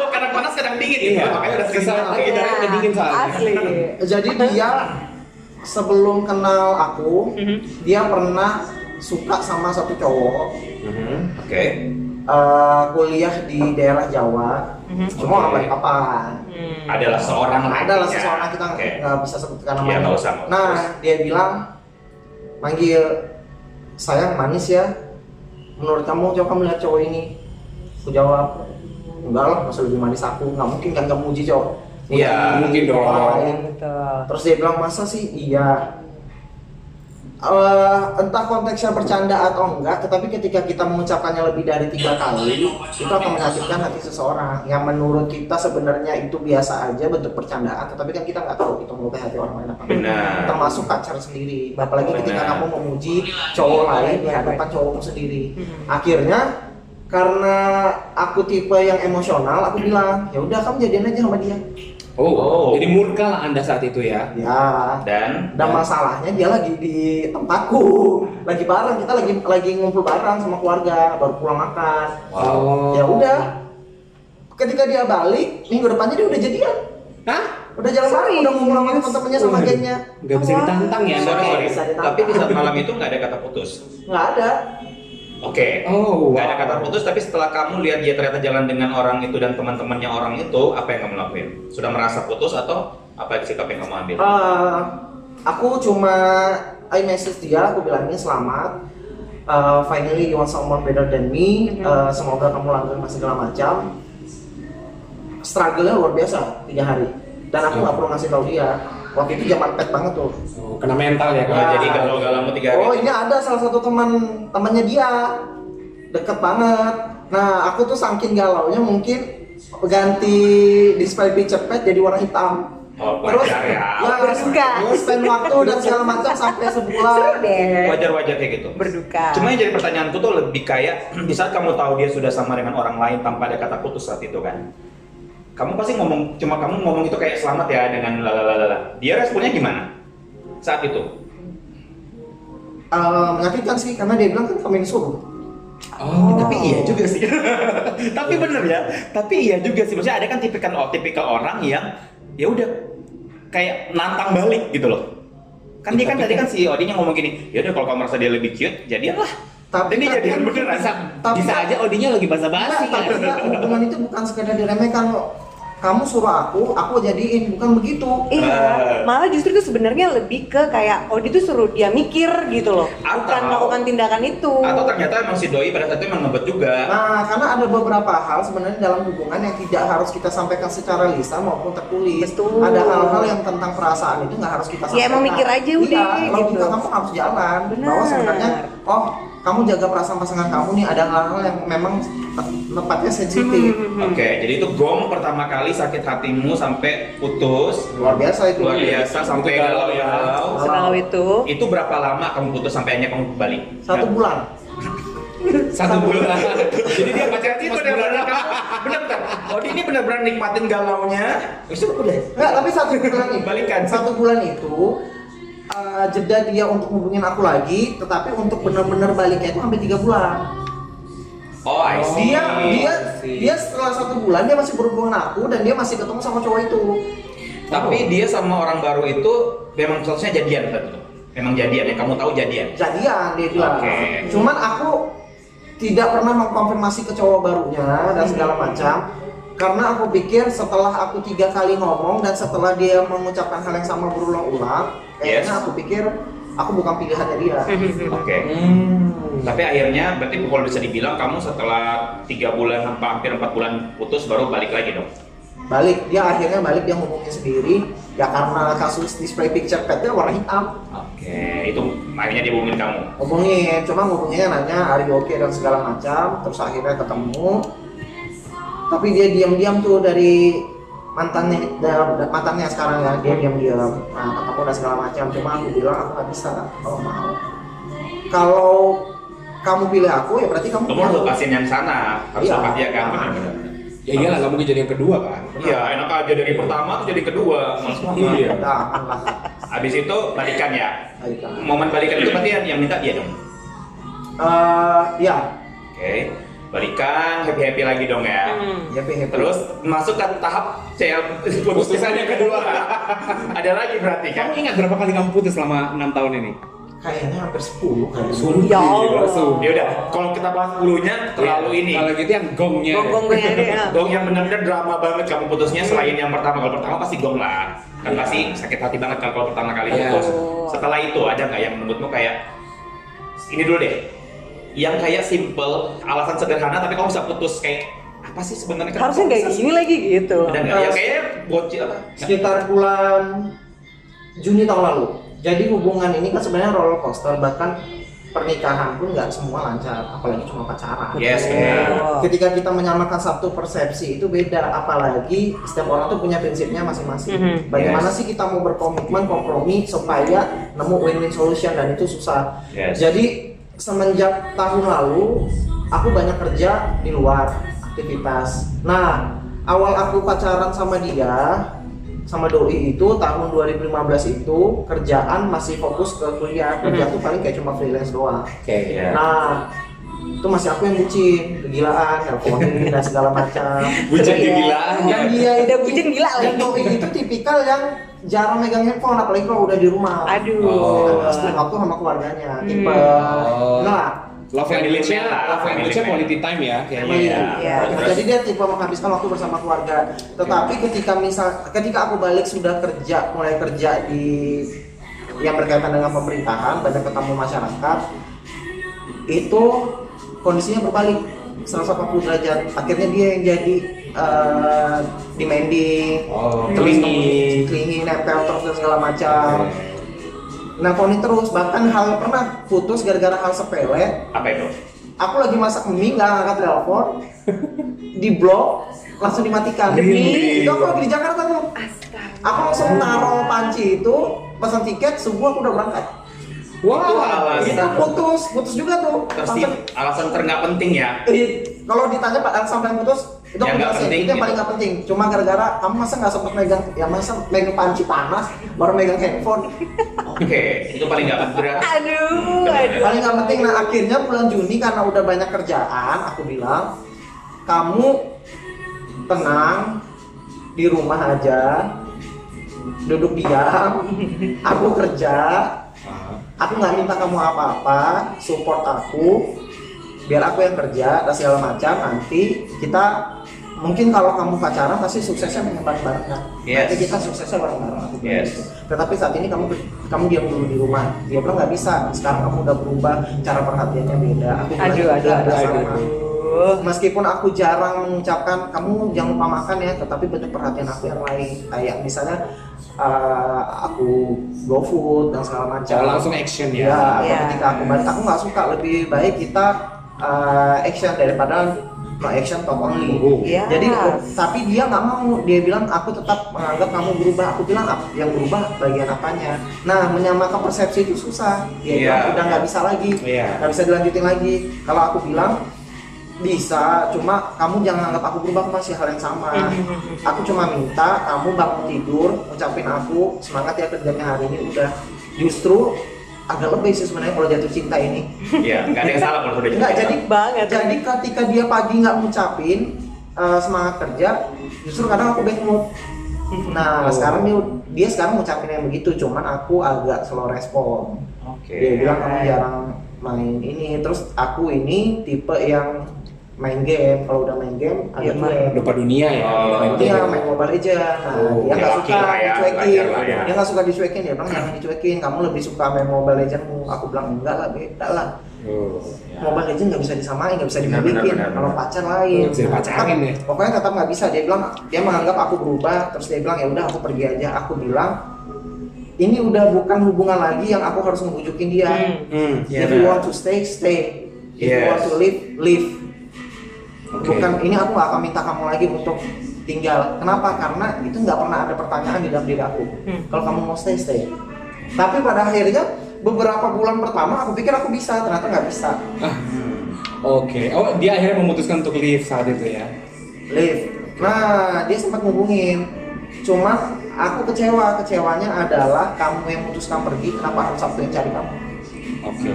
[SPEAKER 4] Oh kadang panas kadang dingin gitu.
[SPEAKER 3] Iya.
[SPEAKER 4] Makanya udah sering
[SPEAKER 3] Kesel
[SPEAKER 4] banget.
[SPEAKER 3] lagi. Darahnya
[SPEAKER 1] Nah,
[SPEAKER 3] dingin soalnya.
[SPEAKER 1] Asli.
[SPEAKER 5] jadi dia sebelum kenal aku
[SPEAKER 1] Hmm.
[SPEAKER 5] dia pernah suka sama satu cowok
[SPEAKER 4] Mhm, Oke.
[SPEAKER 5] eh, kuliah di daerah Jawa cuma ya,
[SPEAKER 4] Oke.
[SPEAKER 5] orang Balikpapan
[SPEAKER 1] Hmm.
[SPEAKER 4] Adalah seorang lagi.
[SPEAKER 5] adalah seseorang kita
[SPEAKER 4] Iya. Oke.
[SPEAKER 5] nggak nggak bisa sebutkan
[SPEAKER 4] Iya,
[SPEAKER 5] namanya.
[SPEAKER 4] nggak usah, nggak usah.
[SPEAKER 5] nah, dia bilang manggil sayang manis ya. Menurut kamu coba kamu lihat cowok ini? Aku jawab enggak lah, masa lebih manis aku nggak mungkin kan kamu uji cowok.
[SPEAKER 4] Iya,
[SPEAKER 5] Uji
[SPEAKER 3] mungkin dong.
[SPEAKER 5] orang lain.
[SPEAKER 1] Betul.
[SPEAKER 5] Terus dia bilang masa sih iya. Eh, entah konteksnya bercanda atau enggak, tetapi ketika kita mengucapkannya lebih dari
[SPEAKER 4] Ya,
[SPEAKER 5] tiga kali, itu akan menyakitkan hati seseorang. Yang menurut kita sebenarnya itu biasa aja bentuk percandaan, tetapi kan kita nggak tahu itu melukai hati orang lain apa enggak.
[SPEAKER 4] Benar.
[SPEAKER 5] Termasuk pacar sendiri, apalagi ketika
[SPEAKER 4] Benar.
[SPEAKER 5] kamu memuji cowok lain di hadapan cowokmu sendiri. Akhirnya karena aku tipe yang emosional, aku bilang ya udah kamu jadian aja sama dia.
[SPEAKER 3] Oh,
[SPEAKER 4] Oh.
[SPEAKER 3] jadi murka lah anda saat itu ya.
[SPEAKER 5] Ya,
[SPEAKER 4] Dan
[SPEAKER 5] dan masalahnya dia lagi di tempatku lagi bareng kita lagi lagi ngumpul bareng sama keluarga baru pulang makan
[SPEAKER 3] Wow.
[SPEAKER 5] ya udah ketika dia balik minggu depannya dia udah jadian
[SPEAKER 3] Hah?
[SPEAKER 5] udah jalan bareng udah ngumpul sama temen-temennya sama
[SPEAKER 3] Waduh,
[SPEAKER 5] gengnya
[SPEAKER 3] Nggak bisa
[SPEAKER 1] Wah.
[SPEAKER 3] ditantang ya.
[SPEAKER 4] sorry,
[SPEAKER 5] Nggak
[SPEAKER 4] sorry.
[SPEAKER 5] bisa ditantang.
[SPEAKER 4] Tapi di saat malam itu nggak ada kata putus.
[SPEAKER 5] nggak ada
[SPEAKER 4] Oke.
[SPEAKER 3] Oh, wow.
[SPEAKER 4] Nggak ada kata putus, tapi setelah kamu lihat dia ternyata jalan dengan orang itu dan teman-temannya orang itu, apa yang kamu lakuin? Sudah merasa putus atau apa sikap yang kamu ambil?
[SPEAKER 5] Eh, aku cuma I message dia aku bilangin selamat Eh, finally you want someone better than me Eh, semoga kamu langgeng masih segala macam struggle-nya luar biasa tiga hari dan aku nggak perlu ngasih tahu dia waktu itu zaman pet banget tuh
[SPEAKER 3] Oh, kena mental ya
[SPEAKER 4] Oh,
[SPEAKER 3] kalau
[SPEAKER 5] Ya.
[SPEAKER 4] jadi kalau galau tiga hari.
[SPEAKER 5] Oh ini ada salah satu teman temannya dia deket banget. Nah aku tuh saking galau nya mungkin ganti display picture pad jadi warna hitam.
[SPEAKER 4] Oh, wajar ya.
[SPEAKER 1] Berduka.
[SPEAKER 5] terus spend waktu dan segala macam sampai
[SPEAKER 1] Seru
[SPEAKER 5] sebulan.
[SPEAKER 1] deh.
[SPEAKER 4] Wajar-wajar kayak gitu.
[SPEAKER 1] Berduka.
[SPEAKER 4] Cuma yang jadi pertanyaanku tuh lebih kayak di saat kamu tahu dia sudah sama dengan orang lain tanpa ada kata putus saat itu kan. Kamu pasti ngomong cuma kamu ngomong itu kayak selamat ya dengan lalalala. Dia responnya gimana? Saat itu.
[SPEAKER 5] Eh, menyakitkan sih karena dia bilang kan kami yang suruh.
[SPEAKER 3] Oh,
[SPEAKER 4] Tapi iya juga sih. Tapi bener ya. Tapi iya juga sih. Maksudnya ada kan tipikal tipikal orang yang ya udah kayak nantang balik gitu loh. Kan dia kan tadi kan si Odinya ngomong gini, ya udah kalau kamu merasa dia lebih cute, jadian lah. Tapi
[SPEAKER 5] Tapi
[SPEAKER 4] ini
[SPEAKER 5] kan-
[SPEAKER 4] jadian beneran.
[SPEAKER 3] Bisa,
[SPEAKER 5] Tapi-
[SPEAKER 3] bisa aja Odinya lagi basa-basi.
[SPEAKER 5] Enggak, tapi enggak, hubungan itu bukan sekedar diremehkan loh. Kamu suruh aku, aku jadiin bukan begitu.
[SPEAKER 1] Iya,
[SPEAKER 4] Eh.
[SPEAKER 1] malah justru itu sebenarnya lebih ke kayak Odi tuh suruh dia mikir gitu loh, bukan
[SPEAKER 4] Atau-
[SPEAKER 1] melakukan tindakan itu.
[SPEAKER 4] Atau ternyata emang si doi pada saat itu emang ngebet juga.
[SPEAKER 5] Nah, karena ada beberapa hal sebenarnya dalam hubungan yang tidak harus kita sampaikan secara lisan maupun tertulis.
[SPEAKER 1] Betul.
[SPEAKER 5] Ada hal-hal yang tentang perasaan itu nggak harus
[SPEAKER 1] Ya,
[SPEAKER 5] kita sampaikan.
[SPEAKER 1] emang mikir aja udah,
[SPEAKER 5] Iya, logika
[SPEAKER 1] gitu.
[SPEAKER 5] kamu harus jalan.
[SPEAKER 1] Benar.
[SPEAKER 5] Bahwa sebenarnya, oh kamu jaga perasaan pasangan kamu nih ada hal-hal yang memang te- tempatnya sensitif.
[SPEAKER 1] Hmm.
[SPEAKER 4] Oke, jadi itu gong pertama kali sakit hatimu sampai putus.
[SPEAKER 5] Luar biasa itu.
[SPEAKER 4] Luar biasa sampai
[SPEAKER 3] Itu
[SPEAKER 4] Iya. galau
[SPEAKER 3] galau ya.
[SPEAKER 4] galau.
[SPEAKER 1] Setelah itu,
[SPEAKER 4] Itu berapa lama kamu putus sampai akhirnya kamu kembali?
[SPEAKER 5] Satu bulan.
[SPEAKER 3] Satu bulan. jadi dia pacaran
[SPEAKER 4] Berarti
[SPEAKER 3] itu udah
[SPEAKER 4] benar-benar kamu benar-benar. Odi Oh, ini benar-benar nikmatin galaunya. Itu udah.
[SPEAKER 5] Enggak, tapi satu bulan itu.
[SPEAKER 4] Balikan.
[SPEAKER 5] Satu bulan itu eh, jeda dia untuk hubungin aku lagi, tetapi untuk benar-benar baliknya itu sampai tiga bulan.
[SPEAKER 4] Oh, I see.
[SPEAKER 5] dia dia
[SPEAKER 3] see.
[SPEAKER 5] dia setelah satu bulan dia masih berhubungan aku dan dia masih ketemu sama cowok itu
[SPEAKER 4] Tapi dia sama orang baru itu memang seharusnya jadian saat itu. Memang jadian yang kamu tahu jadian.
[SPEAKER 5] jadian dia bilang
[SPEAKER 4] Oke.
[SPEAKER 5] cuman aku tidak pernah mengkonfirmasi ke cowok barunya dan segala macam karena aku pikir setelah aku tiga kali ngomong dan setelah dia mengucapkan hal yang sama berulang-ulang kayaknya
[SPEAKER 4] Yes.
[SPEAKER 5] aku pikir aku bukan pilihannya dia
[SPEAKER 4] Oke. Hmm. Tapi akhirnya berarti kalau bisa dibilang kamu setelah tiga bulan hampa- hampir empat bulan putus baru balik lagi dong.
[SPEAKER 5] balik dia akhirnya balik dia ngomongin sendiri ya karena kasus display picture padnya warna hitam
[SPEAKER 4] Oke, itu akhirnya dia hubungin kamu.
[SPEAKER 5] ngomongin cuma ngomongnya nanya are you okay dan segala macam terus akhirnya ketemu tapi dia diam-diam tuh dari mantannya da- da- mantannya sekarang ya dia diam-diam nah, ketemu dan segala macam cuma aku bilang aku nggak bisa kalau mau kalau kamu pilih aku ya berarti kamu
[SPEAKER 4] Kamu
[SPEAKER 5] pilih
[SPEAKER 4] harus
[SPEAKER 5] aku.
[SPEAKER 4] lepasin yang sana, harus
[SPEAKER 5] Iya.
[SPEAKER 4] lepas dia kan.
[SPEAKER 5] Ah.
[SPEAKER 4] benar-benar.
[SPEAKER 3] Ya iyalah nggak mungkin jadi yang kedua kan.
[SPEAKER 4] Iya, enak aja dari pertama tuh jadi kedua, males banget.
[SPEAKER 3] Iya.
[SPEAKER 5] Jangan lah.
[SPEAKER 4] Habis itu balikan ya.
[SPEAKER 5] Balikan.
[SPEAKER 4] Momen balikan itu berarti yang, yang minta dia dong.
[SPEAKER 5] Eh, ya
[SPEAKER 4] Oke, balikan happy happy lagi dong ya.
[SPEAKER 1] Hmm.
[SPEAKER 5] ya PHP.
[SPEAKER 4] Terus masuk ke tahap CL putus
[SPEAKER 3] Putusan
[SPEAKER 4] yang
[SPEAKER 3] yang
[SPEAKER 4] kedua.
[SPEAKER 3] kedua.
[SPEAKER 4] Ada lagi berarti kan?
[SPEAKER 3] Kamu ingat berapa kali kamu putus selama 6 tahun ini?
[SPEAKER 5] kayaknya hampir 10 kali
[SPEAKER 1] Ya Allah.
[SPEAKER 4] Ya udah, kalau kita bahas dulunya terlalu
[SPEAKER 5] Iya,
[SPEAKER 4] ini.
[SPEAKER 3] Kalau gitu yang gongnya.
[SPEAKER 1] gonggong gue ini ya.
[SPEAKER 4] Gong yang benar-benar drama banget kamu putusnya selain yang pertama. Kalau pertama pasti gong lah. Kan
[SPEAKER 3] Iya.
[SPEAKER 4] pasti sakit hati banget kan kalau pertama kali
[SPEAKER 3] Iya.
[SPEAKER 4] putus. Setelah itu ada nggak yang menurutmu kayak ini dulu deh. Yang kayak simple, alasan sederhana tapi kamu bisa putus kayak apa sih sebenarnya kenapa
[SPEAKER 1] harusnya kayak
[SPEAKER 4] bisa sih?
[SPEAKER 1] gini lagi gitu
[SPEAKER 4] Ada nggak? Yang kayak bocil apa?
[SPEAKER 5] sekitar bulan Juni tahun lalu. Jadi hubungan ini kan sebenarnya roller coaster bahkan pernikahan pun nggak semua lancar, apalagi cuma pacaran.
[SPEAKER 4] Yes, benar.
[SPEAKER 1] Oh.
[SPEAKER 5] Ketika kita menyamakan satu persepsi itu beda, apalagi setiap orang tuh punya prinsipnya masing-masing.
[SPEAKER 1] Mhm.
[SPEAKER 5] Bagaimana
[SPEAKER 4] Yes.
[SPEAKER 5] sih kita mau berkomitmen, kompromi supaya nemu win-win solution dan itu susah.
[SPEAKER 4] Yes.
[SPEAKER 5] Jadi semenjak tahun lalu aku banyak kerja di luar aktivitas. Nah, awal aku pacaran sama dia sama doi itu tahun 2015 itu kerjaan masih fokus ke kuliah. Kerja
[SPEAKER 4] Mm-hmm.
[SPEAKER 5] tuh paling kayak cuma freelance doang.
[SPEAKER 3] Oke.
[SPEAKER 4] Iya.
[SPEAKER 5] Nah, itu masih aku yang bucin, kegilaan, teleponin dan segila segala macam.
[SPEAKER 4] Bucin
[SPEAKER 1] Iya.
[SPEAKER 4] kegilaan.
[SPEAKER 5] Yang dia
[SPEAKER 1] Udah bucin gila
[SPEAKER 5] Yang
[SPEAKER 1] lagi.
[SPEAKER 5] doi itu tipikal yang jarang megang handphone apalagi kalau udah di rumah.
[SPEAKER 1] aduh
[SPEAKER 3] Oh,
[SPEAKER 5] Pasti waktu sama keluarganya, tipe.
[SPEAKER 3] Oh.
[SPEAKER 5] Nah,
[SPEAKER 3] Love and
[SPEAKER 4] Family
[SPEAKER 3] Village-nya,
[SPEAKER 4] man lah,
[SPEAKER 3] Love and
[SPEAKER 4] family
[SPEAKER 3] Village-nya
[SPEAKER 4] man.
[SPEAKER 3] quality time ya.
[SPEAKER 4] Iya.
[SPEAKER 3] Kayaknya.
[SPEAKER 1] Iya.
[SPEAKER 5] Nah, jadi dia tipe menghabiskan waktu bersama keluarga. Tetapi ketika misal ketika aku balik sudah kerja, mulai kerja di yang berkaitan dengan pemerintahan, banyak ketemu masyarakat, itu kondisinya berbalik 180 derajat. Akhirnya dia yang jadi eh, demanding,
[SPEAKER 3] Oh,
[SPEAKER 5] terus
[SPEAKER 3] clingy.
[SPEAKER 5] clingy, nempel terus dan segala macam. Nelponin terus, bahkan hal pernah putus gara-gara hal sepele,
[SPEAKER 4] Apa itu?
[SPEAKER 5] aku lagi masak mie nggak ngangkat telepon di blok langsung dimatikan
[SPEAKER 1] Demi?
[SPEAKER 5] itu aku lagi di Jakarta tuh aku langsung taruh panci itu pesan tiket subuh aku udah berangkat
[SPEAKER 4] Itu
[SPEAKER 3] Wah.
[SPEAKER 4] alasan.
[SPEAKER 5] itu putus putus juga tuh
[SPEAKER 4] Tersi,
[SPEAKER 5] Sampai-
[SPEAKER 4] alasan ter nggak penting ya.
[SPEAKER 5] Eh, kalau ditanya pak alasan yang putus itu
[SPEAKER 4] Yang
[SPEAKER 5] aku
[SPEAKER 4] nggak
[SPEAKER 5] jelasin,
[SPEAKER 4] penting
[SPEAKER 5] itu yang
[SPEAKER 4] gitu.
[SPEAKER 5] paling nggak penting cuma gara-gara kamu masa nggak sempet megang ya masa megang panci panas baru megang handphone
[SPEAKER 4] Oke, itu paling nggak berat.
[SPEAKER 1] aduh aduh
[SPEAKER 5] paling nggak penting nah akhirnya bulan Juni karena udah banyak kerjaan aku bilang kamu tenang di rumah aja duduk diam aku kerja aku nggak minta kamu apa-apa support aku biar aku yang kerja dan segala macam nanti kita mungkin kalau kamu pacaran pasti suksesnya menyebar barengan
[SPEAKER 4] Yes.
[SPEAKER 5] nanti kita suksesnya bareng-bareng aku bilang
[SPEAKER 4] Yes.
[SPEAKER 5] gitu. tetapi saat ini kamu kamu diam dulu di rumah dia bilang nggak bisa sekarang kamu udah berubah cara perhatiannya beda aku bilang
[SPEAKER 1] aduh
[SPEAKER 5] "Nggak
[SPEAKER 1] aduh
[SPEAKER 5] ada
[SPEAKER 1] aduh
[SPEAKER 5] sama."
[SPEAKER 1] aduh
[SPEAKER 5] meskipun aku jarang mengucapkan kamu jangan lupa makan ya tetapi bentuk perhatian aku yang lain kayak misalnya eh, aku go food dan segala macam
[SPEAKER 3] Jangan langsung action
[SPEAKER 5] ya,
[SPEAKER 3] ya.
[SPEAKER 5] atau
[SPEAKER 1] Iya.
[SPEAKER 5] ketika aku balik aku nggak suka lebih baik kita eh, action daripada no action talk only
[SPEAKER 3] Oh.
[SPEAKER 1] Iya.
[SPEAKER 5] jadi tapi dia nggak mau dia bilang aku tetap menganggap kamu berubah aku bilang "Ap- yang berubah bagian apanya nah menyamakan persepsi itu susah dia
[SPEAKER 4] Iya.
[SPEAKER 5] bilang, udah nggak bisa lagi
[SPEAKER 3] Iya.
[SPEAKER 5] nggak bisa dilanjutin lagi kalau aku bilang bisa cuma kamu jangan anggap aku berubah aku masih hal yang sama aku cuma minta kamu bangun tidur ucapin aku semangat ya kerjanya hari ini udah justru agak lebih sih sebenarnya kalau jatuh cinta ini
[SPEAKER 4] Iya, nggak ada yang salah kalau sudah
[SPEAKER 5] enggak jadi
[SPEAKER 1] banget
[SPEAKER 5] jadi ketika dia pagi nggak ngucapin eh, semangat kerja justru kadang aku bad mood nah
[SPEAKER 3] Oh.
[SPEAKER 5] sekarang dia, dia sekarang ngucapin yang begitu cuman aku agak slow respon
[SPEAKER 4] Oke.
[SPEAKER 5] dia bilang kamu jarang main ini terus aku ini tipe yang main game kalau udah main game ada
[SPEAKER 1] Iya,
[SPEAKER 5] juga
[SPEAKER 1] main.
[SPEAKER 3] lupa dunia ya
[SPEAKER 4] Oh,
[SPEAKER 3] main game.
[SPEAKER 5] Iya, main Mobile Legends. Nah,
[SPEAKER 4] Oh,
[SPEAKER 5] dia nggak
[SPEAKER 4] laki
[SPEAKER 5] suka
[SPEAKER 4] lah ya,
[SPEAKER 5] dicuekin.
[SPEAKER 4] wajar lah ya.
[SPEAKER 5] Dia nggak suka dicuekin, dia bilang jangan dicuekin. Kamu lebih suka main Mobile Legends. Aku bilang enggak lah, beda lah.
[SPEAKER 3] Oh, ya.
[SPEAKER 5] Mobile Legends nggak bisa disamain, nggak bisa
[SPEAKER 4] Benar, benar,
[SPEAKER 5] dibandingin.
[SPEAKER 4] benar,
[SPEAKER 5] Kalau
[SPEAKER 4] benar.
[SPEAKER 5] pacar lain,
[SPEAKER 3] Nggak bisa dipacarin
[SPEAKER 5] Tetap-
[SPEAKER 3] ya.
[SPEAKER 5] Pokoknya tetap nggak bisa. Dia bilang dia menganggap aku berubah. Terus dia bilang ya udah aku pergi aja. Aku bilang ini udah bukan hubungan lagi yang aku harus ngebujukin dia.
[SPEAKER 3] Hmm.
[SPEAKER 5] If you want to stay, stay. If you
[SPEAKER 4] Yes.
[SPEAKER 5] want to leave, leave.
[SPEAKER 3] Oke.
[SPEAKER 5] Bukan ini aku gak akan minta kamu lagi untuk tinggal. Kenapa? Karena itu nggak pernah ada pertanyaan di dalam diri aku.
[SPEAKER 1] Hmm.
[SPEAKER 5] Kalau kamu mau stay, stay. Tapi pada akhirnya beberapa bulan pertama aku pikir aku bisa, ternyata nggak bisa.
[SPEAKER 3] Oke. Oh, dia akhirnya memutuskan untuk leave saat itu ya.
[SPEAKER 5] Live. Nah, dia sempat ngubungin. Cuman aku kecewa, kecewanya adalah kamu yang memutuskan pergi, kenapa harus aku yang cari kamu?
[SPEAKER 3] Oke.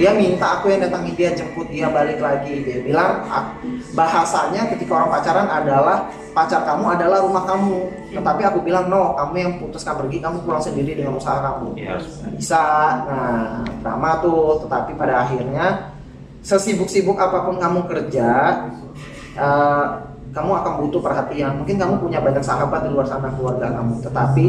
[SPEAKER 5] dia minta aku yang datangin dia jemput dia balik lagi dia bilang "Ah, bahasanya ketika orang pacaran adalah pacar kamu adalah rumah kamu tetapi aku bilang no kamu yang putuskan pergi kamu pulang sendiri dengan usaha kamu
[SPEAKER 4] Iya.
[SPEAKER 5] bisa nah drama tuh tetapi pada akhirnya sesibuk-sibuk apapun kamu kerja eh, kamu akan butuh perhatian mungkin kamu punya banyak sahabat di luar sana keluarga kamu tetapi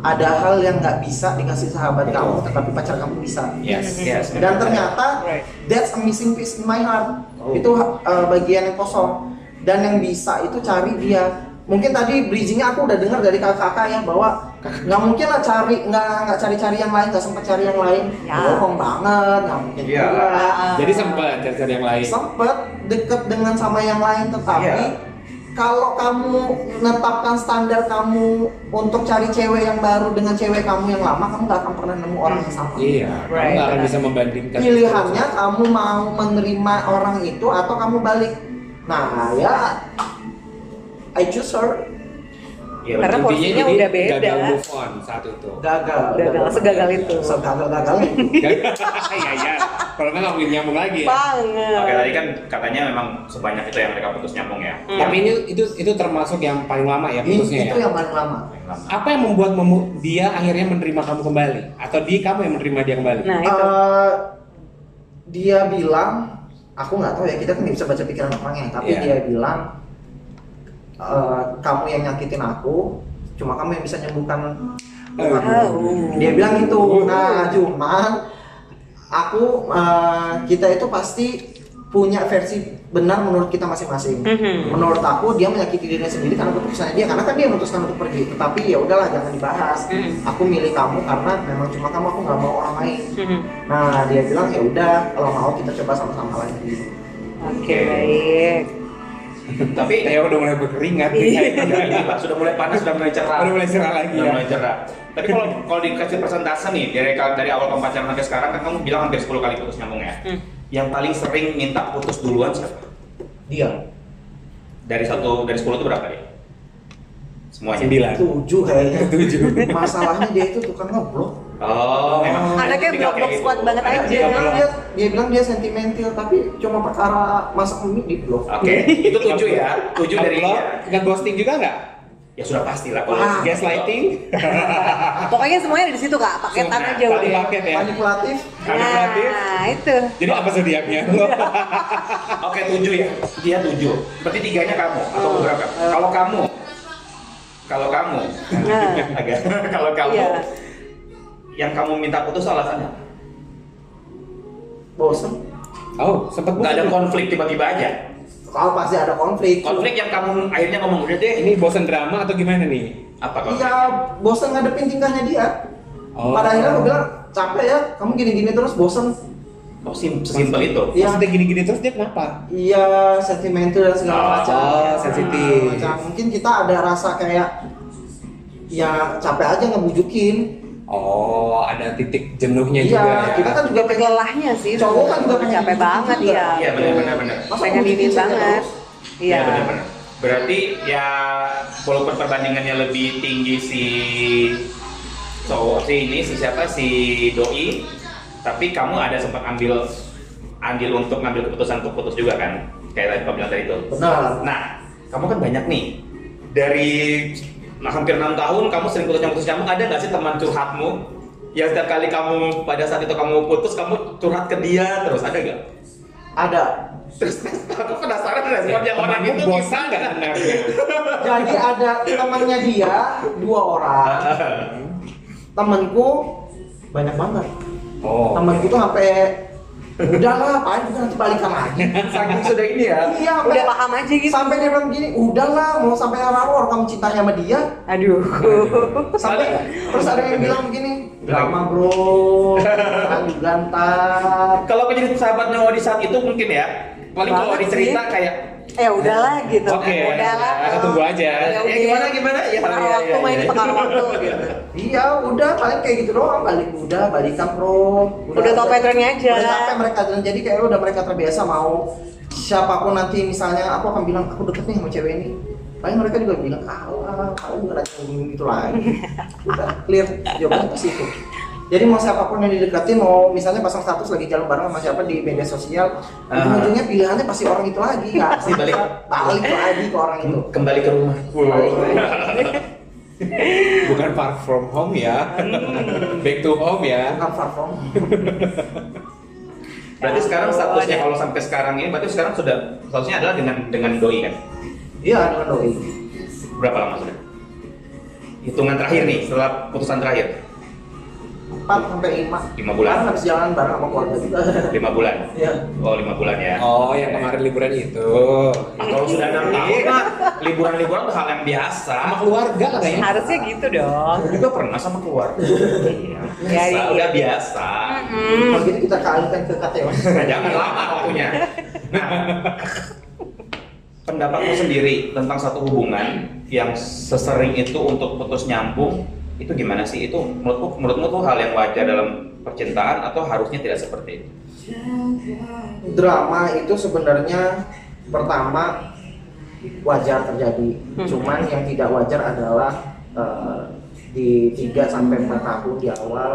[SPEAKER 5] ada hal yang nggak bisa dikasih sahabat kamu tetapi pacar kamu bisa
[SPEAKER 4] Yes,
[SPEAKER 1] Iya.
[SPEAKER 3] Iya,
[SPEAKER 4] yes.
[SPEAKER 5] dan ternyata
[SPEAKER 1] Right.
[SPEAKER 5] that's a missing piece in my heart
[SPEAKER 3] Oh.
[SPEAKER 5] itu uh, bagian yang kosong dan yang bisa itu cari dia mungkin tadi bridgingnya aku udah dengar dari kakak-kakak ya bahwa nggak mungkin lah cari nggak nggak cari-cari yang lain nggak sempet cari yang lain
[SPEAKER 1] Ya. Ah.
[SPEAKER 5] bohong banget nggak mungkin
[SPEAKER 4] Iya.
[SPEAKER 5] juga.
[SPEAKER 3] Jadi sempat cari-cari yang lain.
[SPEAKER 5] sempet deket dengan sama yang lain tetapi
[SPEAKER 4] Iya.
[SPEAKER 5] kalau kamu menetapkan standar kamu untuk cari cewek yang baru dengan cewek kamu yang lama kamu nggak akan pernah nemu orang yang sama
[SPEAKER 3] Iya. Kamu
[SPEAKER 1] Right,
[SPEAKER 3] nggak akan
[SPEAKER 1] benar.
[SPEAKER 3] bisa membandingkan.
[SPEAKER 5] pilihannya kamu mau menerima orang itu atau kamu balik nah ya I choose her
[SPEAKER 4] Iya,
[SPEAKER 1] Karena
[SPEAKER 4] betul.
[SPEAKER 3] Intinya
[SPEAKER 1] posisinya
[SPEAKER 3] jadi
[SPEAKER 1] udah beda.
[SPEAKER 3] gagal move on saat itu.
[SPEAKER 5] gagal
[SPEAKER 1] Gagal, segagal itu.
[SPEAKER 5] segagal gagal
[SPEAKER 3] Iya iya. Kalau nggak nggak mungkin nyambung lagi ya.
[SPEAKER 1] banget
[SPEAKER 4] Oke tadi kan katanya memang sebanyak itu yang mereka putus nyambung ya.
[SPEAKER 3] Tapi ini itu itu termasuk yang paling lama ya putusnya ya.
[SPEAKER 5] itu yang paling lama
[SPEAKER 4] Hmm.
[SPEAKER 3] Apa yang membuat memu- dia akhirnya menerima kamu kembali atau dia kamu yang menerima dia kembali?
[SPEAKER 1] nah itu
[SPEAKER 5] Eh, dia bilang aku nggak tahu ya kita kan nggak bisa baca pikiran orangnya tapi
[SPEAKER 3] Iya.
[SPEAKER 5] dia bilang eh, kamu yang nyakitin aku cuma kamu yang bisa nyembuhkan
[SPEAKER 3] Oh.
[SPEAKER 5] aku.
[SPEAKER 1] Oh.
[SPEAKER 5] dia bilang gitu nah cuman aku eh, kita itu pasti punya versi benar menurut kita masing-masing
[SPEAKER 1] Mhm.
[SPEAKER 5] menurut aku dia menyakiti dirinya sendiri karena keputusannya dia karena kan dia memutuskan untuk pergi tetapi ya udahlah jangan dibahas
[SPEAKER 1] Mhm.
[SPEAKER 5] aku milih kamu karena memang cuma kamu aku nggak mau orang lain
[SPEAKER 1] Mhm.
[SPEAKER 5] Nah dia bilang ya udah kalau mau kita coba sama-sama lagi.
[SPEAKER 1] oke baik
[SPEAKER 4] Tapi
[SPEAKER 3] Theo udah mulai berkeringat nih.
[SPEAKER 1] Iya.
[SPEAKER 4] Ini, Pak, sudah mulai panas, sudah mulai cerah.
[SPEAKER 3] Udah mulai cerah lagi
[SPEAKER 4] Sudah
[SPEAKER 3] ya.
[SPEAKER 4] mulai cerah. Tapi kalau kalau dikasih persentase nih dari dari awal kamu pacaran sampai sekarang kan kamu bilang hampir 10 kali putus nyambung ya.
[SPEAKER 1] Hmm.
[SPEAKER 4] Yang paling sering minta putus duluan siapa?
[SPEAKER 5] Dia
[SPEAKER 4] Dari satu dari 10 itu berapa nih? Semuanya.
[SPEAKER 3] Sembilan.
[SPEAKER 5] tujuh kayaknya.
[SPEAKER 3] Tujuh.
[SPEAKER 5] Masalahnya dia itu tukang ngeblok.
[SPEAKER 4] Oh, emang
[SPEAKER 1] Anaknya
[SPEAKER 4] Ketika kayak
[SPEAKER 1] blok-blok
[SPEAKER 4] gitu.
[SPEAKER 1] squad banget
[SPEAKER 4] Anaknya
[SPEAKER 1] aja.
[SPEAKER 5] Dia
[SPEAKER 4] blok-blok.
[SPEAKER 5] bilang dia, dia bilang dia sentimental tapi cuma perkara masak mie di blok.
[SPEAKER 4] Oke, itu tujuh ya. Tujuh dari
[SPEAKER 3] Ngeblok,
[SPEAKER 4] dia.
[SPEAKER 3] nggak ghosting juga nggak?
[SPEAKER 4] Ya sudah pasti lah.
[SPEAKER 5] Ah.
[SPEAKER 4] Kalau
[SPEAKER 3] Gaslighting?
[SPEAKER 1] pokoknya semuanya ada di situ kak paketan
[SPEAKER 4] Nah,
[SPEAKER 1] aja
[SPEAKER 3] tadi
[SPEAKER 1] udah
[SPEAKER 3] paket ya.
[SPEAKER 5] Manipulatif.
[SPEAKER 3] Manipulatif.
[SPEAKER 1] nah itu
[SPEAKER 3] Jadi apa zodiaknya?
[SPEAKER 5] Iya.
[SPEAKER 3] Lo?
[SPEAKER 4] Oke tujuh ya, dia tujuh. Berarti tiganya kamu atau
[SPEAKER 1] Oh.
[SPEAKER 4] beberapa? Kalau kamu, kalau kamu,
[SPEAKER 1] Nah.
[SPEAKER 4] agak kalau kamu,
[SPEAKER 1] Iya.
[SPEAKER 4] yang kamu minta putus alasannya
[SPEAKER 5] Bosen.
[SPEAKER 3] Oh, sempat
[SPEAKER 4] nggak ada
[SPEAKER 3] bosan.
[SPEAKER 4] konflik tiba-tiba aja.
[SPEAKER 5] Kalau pasti ada konflik.
[SPEAKER 4] Konflik yang kamu akhirnya ngomong udah deh ini
[SPEAKER 3] Ini bosan drama atau gimana nih?
[SPEAKER 4] apa konflik?
[SPEAKER 5] Iya bosen ngadepin tingkahnya dia.
[SPEAKER 3] Oh.
[SPEAKER 5] Pada akhirnya aku bilang capek ya kamu gini-gini terus bosen.
[SPEAKER 4] Oh, sim sesimpel itu.
[SPEAKER 5] Iya.
[SPEAKER 3] Maksudnya gini-gini terus dia kenapa?
[SPEAKER 5] Iya sentimental dan segala
[SPEAKER 4] Oh,
[SPEAKER 5] macam. Ya,
[SPEAKER 3] sensitif.
[SPEAKER 5] macam. Mungkin kita ada rasa kayak ya capek aja ngebujukin.
[SPEAKER 3] Oh, ada titik jenuhnya
[SPEAKER 5] Iya,
[SPEAKER 3] juga ya.
[SPEAKER 5] kita kan juga pengen
[SPEAKER 1] lelahnya sih
[SPEAKER 5] cowok kan juga pengen
[SPEAKER 1] capek
[SPEAKER 5] gitu
[SPEAKER 1] banget
[SPEAKER 5] juga.
[SPEAKER 1] ya
[SPEAKER 4] Iya benar benar benar.
[SPEAKER 5] Masa
[SPEAKER 1] pengen
[SPEAKER 5] aku
[SPEAKER 1] ini
[SPEAKER 5] bikin cewek
[SPEAKER 1] banget
[SPEAKER 5] terus?
[SPEAKER 1] iya
[SPEAKER 4] benar benar. Berarti ya walaupun perbandingannya lebih tinggi si cowok si ini si siapa si doi, tapi kamu ada sempat ambil andil untuk ngambil keputusan untuk putus juga kan? Kayak tadi kamu bilang tadi itu.
[SPEAKER 5] Benar.
[SPEAKER 4] Nah, kamu kan banyak nih dari nah, hampir enam tahun kamu sering putus nyambung putus nyambung ada nggak sih teman curhatmu? Ya setiap kali kamu pada saat itu kamu putus kamu curhat ke dia terus ada nggak?
[SPEAKER 5] Ada.
[SPEAKER 4] Aku penasaran responnya orang
[SPEAKER 3] Temanmu
[SPEAKER 4] itu bisa
[SPEAKER 3] bosan
[SPEAKER 4] nggak?
[SPEAKER 3] nggak sebenarnya?
[SPEAKER 5] Jadi ada temannya dia dua orang.
[SPEAKER 4] ah.
[SPEAKER 5] Temanku banyak banget.
[SPEAKER 3] Oh.
[SPEAKER 5] Temanku tuh sampai udahlah, paling kita nanti balikan lagi.
[SPEAKER 4] Saking sudah ini ya.
[SPEAKER 5] Iya,
[SPEAKER 1] Udah
[SPEAKER 5] sampai-
[SPEAKER 1] paham aja gitu.
[SPEAKER 5] Sampai dia bilang gini, udahlah mau sampai arah-arah kamu cintanya sama dia,
[SPEAKER 1] Aduh.
[SPEAKER 5] sampai terus ada yang bilang begini drama bro terlalu gantar
[SPEAKER 4] Kalau aku jadi sahabatnya Odi saat itu mungkin ya. Paling kalau
[SPEAKER 1] Banget
[SPEAKER 4] Odi cerita
[SPEAKER 1] sih.
[SPEAKER 4] kayak
[SPEAKER 1] ya udahlah gitu.
[SPEAKER 4] Oke.
[SPEAKER 1] Udahlah.
[SPEAKER 3] Aku tunggu aja.
[SPEAKER 1] Ya,
[SPEAKER 4] Ya, gimana, gimana? Ya,
[SPEAKER 1] Pengaruh
[SPEAKER 4] ya,
[SPEAKER 1] waktu
[SPEAKER 4] ya,
[SPEAKER 1] main
[SPEAKER 4] ya.
[SPEAKER 1] pengaruh waktu gitu.
[SPEAKER 5] iya udah paling kayak gitu doang balik udah balikan bro
[SPEAKER 1] Udah tau patternnya aja.
[SPEAKER 5] udah capek mereka dan jadi kayak udah mereka terbiasa mau siapapun nanti misalnya aku akan bilang aku deket nih sama cewek ini paling mereka juga bilang ah ah, aku juga lagi ngomong gitu lagi udah clear jawabannya pasti itu jadi mau siapapun yang didekatin mau misalnya pasang status lagi jalan bareng sama siapa di media sosial
[SPEAKER 4] Ah.
[SPEAKER 5] ujung-ujungnya pilihannya pasti orang itu lagi nggak
[SPEAKER 4] Pasti balik.
[SPEAKER 5] balik lagi ke orang itu
[SPEAKER 4] kembali ke rumah.
[SPEAKER 3] Bukan far from home ya.
[SPEAKER 4] Hmm.
[SPEAKER 3] Back to home ya.
[SPEAKER 5] bukan far from
[SPEAKER 4] Berarti sekarang statusnya
[SPEAKER 1] Ada.
[SPEAKER 4] kalau sampai sekarang ini berarti sekarang sudah statusnya adalah dengan dengan doi kan.
[SPEAKER 5] iya dengan doi
[SPEAKER 4] Berapa lama sudah? Hitungan terakhir nih setelah putusan terakhir
[SPEAKER 5] 4 sampai 5
[SPEAKER 4] Lima bulan.
[SPEAKER 5] Karena habis jalan bareng sama keluarga juga
[SPEAKER 4] lima bulan.
[SPEAKER 5] Iya.
[SPEAKER 4] Oh lima bulan ya.
[SPEAKER 3] Oh, yang kemarin liburan itu.
[SPEAKER 4] Nah, kalau sudah enam tahun mah liburan-liburan tuh hal yang biasa.
[SPEAKER 3] Sama keluarga lah kayaknya.
[SPEAKER 1] Harusnya gitu dong.
[SPEAKER 4] Aku juga pernah sama keluarga. Iya.
[SPEAKER 1] Ya,
[SPEAKER 4] Biasa,
[SPEAKER 1] iya.
[SPEAKER 4] udah biasa.
[SPEAKER 1] Hmm.
[SPEAKER 5] Kalau gitu kita kealihkan ke KTW.
[SPEAKER 4] Nah, jangan lama waktunya. Nah, pendapatmu sendiri tentang satu hubungan yang sesering itu untuk putus nyambung itu gimana sih? Itu menurutku menurutmu tuh hal yang wajar dalam percintaan atau harusnya tidak seperti itu?
[SPEAKER 5] Drama itu sebenarnya pertama wajar terjadi.
[SPEAKER 1] Hmm.
[SPEAKER 5] Cuman yang tidak wajar adalah eh, di 3 sampai 4 tahun di awal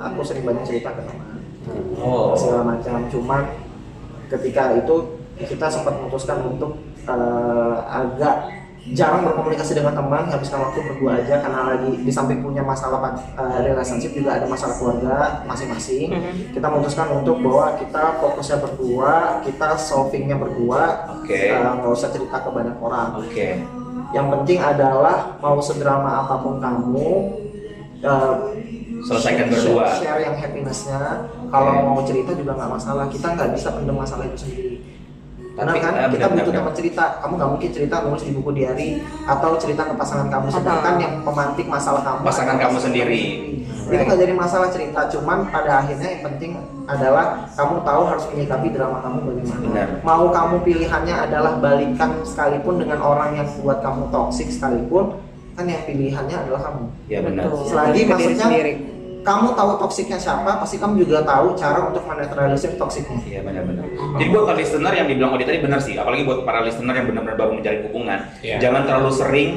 [SPEAKER 5] aku sering banyak cerita ke teman
[SPEAKER 4] Oh.
[SPEAKER 5] segala macam. Cuman ketika itu kita sempat memutuskan untuk eh, agak jarang berkomunikasi dengan teman, habiskan waktu berdua aja karena lagi di samping punya masalah eh, relationship juga ada masalah keluarga masing-masing.
[SPEAKER 1] Mhm.
[SPEAKER 5] kita memutuskan untuk bahwa kita fokusnya berdua, kita solvingnya berdua,
[SPEAKER 4] Oke.
[SPEAKER 5] Eh, nggak usah cerita ke banyak orang.
[SPEAKER 4] Oke.
[SPEAKER 5] Yang penting adalah mau sedrama apapun kamu, eh,
[SPEAKER 4] Selesaikan
[SPEAKER 5] share-
[SPEAKER 4] berdua.
[SPEAKER 5] Share yang happinessnya. Kalau
[SPEAKER 4] Oke.
[SPEAKER 5] mau cerita juga nggak masalah. Kita nggak bisa pendem masalah itu sendiri. Karena
[SPEAKER 4] Tapi,
[SPEAKER 5] kan
[SPEAKER 4] eh,
[SPEAKER 5] kita
[SPEAKER 4] bentar,
[SPEAKER 5] butuh
[SPEAKER 4] bentar.
[SPEAKER 5] teman cerita. Kamu nggak mungkin cerita nulis di buku diary atau cerita ke pasangan kamu. Sedangkan yang memantik masalah kamu
[SPEAKER 4] Pasangan
[SPEAKER 5] adalah
[SPEAKER 4] kamu sendiri.
[SPEAKER 5] Itu nggak jadi masalah cerita. Cuman pada akhirnya yang penting adalah kamu tahu harus menyikapi drama kamu bagaimana.
[SPEAKER 4] Benar.
[SPEAKER 5] Mau kamu pilihannya adalah balikan sekalipun dengan orang yang buat kamu toksik sekalipun, kan yang pilihannya adalah kamu.
[SPEAKER 4] Ya benar.
[SPEAKER 1] Betul.
[SPEAKER 5] Selagi
[SPEAKER 1] Ke diri
[SPEAKER 5] maksudnya-
[SPEAKER 1] sendiri.
[SPEAKER 5] Kamu tahu toksiknya siapa, pasti kamu juga tahu cara untuk menetralisir toksiknya.
[SPEAKER 4] Iya benar-benar. Jadi buat para listener yang dibilang Odi tadi benar sih, apalagi buat para listener yang benar-benar baru menjalin hubungan,
[SPEAKER 3] Iya.
[SPEAKER 4] jangan terlalu sering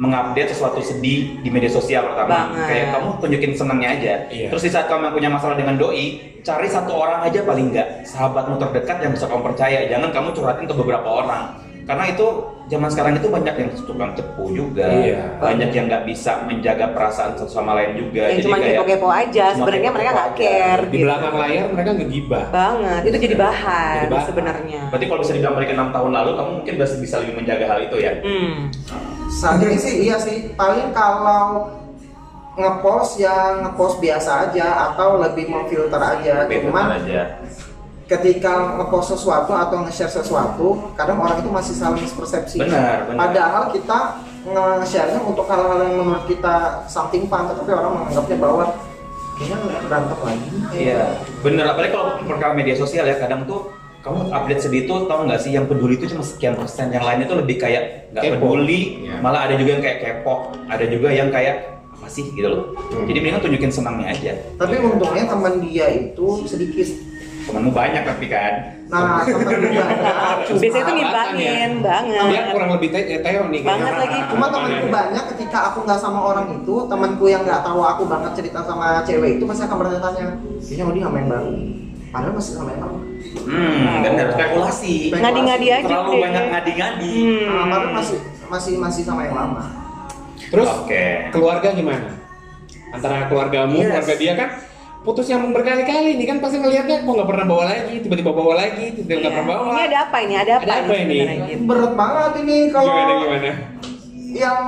[SPEAKER 4] mengupdate sesuatu sedih di media sosial pertama.
[SPEAKER 1] Banget.
[SPEAKER 4] Kayak kamu tunjukin senangnya aja.
[SPEAKER 3] Iya.
[SPEAKER 4] Terus di saat kamu punya masalah dengan doi, cari satu orang aja paling nggak sahabatmu terdekat yang bisa kamu percaya. Jangan kamu curhatin ke beberapa orang. Karena itu zaman sekarang itu banyak yang tukang cepu juga,
[SPEAKER 3] Iya.
[SPEAKER 4] banyak yang nggak bisa menjaga perasaan satu sama lain juga.
[SPEAKER 1] Yang cuma gitu, kepo-kepo aja.
[SPEAKER 4] cuma
[SPEAKER 1] Sebenarnya mereka
[SPEAKER 4] kepo-kepo
[SPEAKER 1] nggak
[SPEAKER 4] aja.
[SPEAKER 1] care.
[SPEAKER 3] Di
[SPEAKER 1] gitu.
[SPEAKER 3] belakang layar mereka ngegibah.
[SPEAKER 1] banget. Itu jadi bahan,
[SPEAKER 3] Jadi bahan.
[SPEAKER 1] sebenarnya.
[SPEAKER 4] Berarti kalau bisa dibilang mereka enam tahun lalu, kamu mungkin udah bisa lebih menjaga hal itu ya.
[SPEAKER 1] Hmm.
[SPEAKER 5] Saat ini sih iya sih, paling kalau ngepost ya ngepost biasa aja atau lebih memfilter aja.
[SPEAKER 4] Tapi
[SPEAKER 5] Cuman
[SPEAKER 4] benar aja.
[SPEAKER 5] ketika ngepost sesuatu atau nge-share sesuatu, kadang orang itu masih salah mispersepsi.
[SPEAKER 4] Benar, benar.
[SPEAKER 5] Padahal kita nge-share untuk hal-hal yang menurut kita something fun, tapi orang menganggapnya bahwa kayaknya berantem lagi.
[SPEAKER 4] Iya. Bener. Apalagi kalau perkara media sosial ya, kadang tuh kamu update sedih tuh tau nggak sih yang peduli itu cuma sekian persen yang lainnya tuh lebih kayak nggak
[SPEAKER 3] Kepo.
[SPEAKER 4] peduli
[SPEAKER 3] Iya.
[SPEAKER 4] malah ada juga yang kayak kepo ada juga yang kayak apa sih gitu loh
[SPEAKER 3] Hmm.
[SPEAKER 4] jadi mendingan tunjukin senangnya aja
[SPEAKER 5] Tapi untungnya teman dia itu sedikit.
[SPEAKER 4] temanmu banyak tapi kan
[SPEAKER 5] Nah, teman dia
[SPEAKER 1] Biasanya tuh
[SPEAKER 3] Sahabatan
[SPEAKER 1] ngimbangin
[SPEAKER 3] ya.
[SPEAKER 1] banget.
[SPEAKER 3] Dia kurang lebih te eh, Teo nih.
[SPEAKER 1] Banget
[SPEAKER 3] kayaknya. kan ya.
[SPEAKER 1] lagi.
[SPEAKER 5] Cuma temanku banyak ketika aku nggak sama orang itu, temanku yang nggak tahu aku banget cerita sama cewek itu pasti akan bertanya, kayaknya Odi nggak main baru. Padahal masih sama yang lama.
[SPEAKER 4] hmm bener spekulasi
[SPEAKER 1] Ngadi-ngadi aja
[SPEAKER 4] terlalu
[SPEAKER 1] deh.
[SPEAKER 4] banyak ngadi-ngadi
[SPEAKER 1] Hmm.
[SPEAKER 5] Nah, padahal masih masih masih sama yang lama.
[SPEAKER 3] Terus
[SPEAKER 4] Oke.
[SPEAKER 3] keluarga gimana? Antara keluargamu,
[SPEAKER 5] Yes.
[SPEAKER 3] keluarga dia kan putus yang berkali-kali nih kan pasti ngelihatnya kok nggak pernah bawa lagi tiba-tiba bawa lagi tiba-tiba nggak
[SPEAKER 1] Iya.
[SPEAKER 3] pernah bawa
[SPEAKER 1] Ini ada apa ini? Ada apa,
[SPEAKER 3] Ada apa ini?
[SPEAKER 1] sebenarnya gitu?
[SPEAKER 5] berat banget ini kalau
[SPEAKER 3] gimana gimana
[SPEAKER 5] yang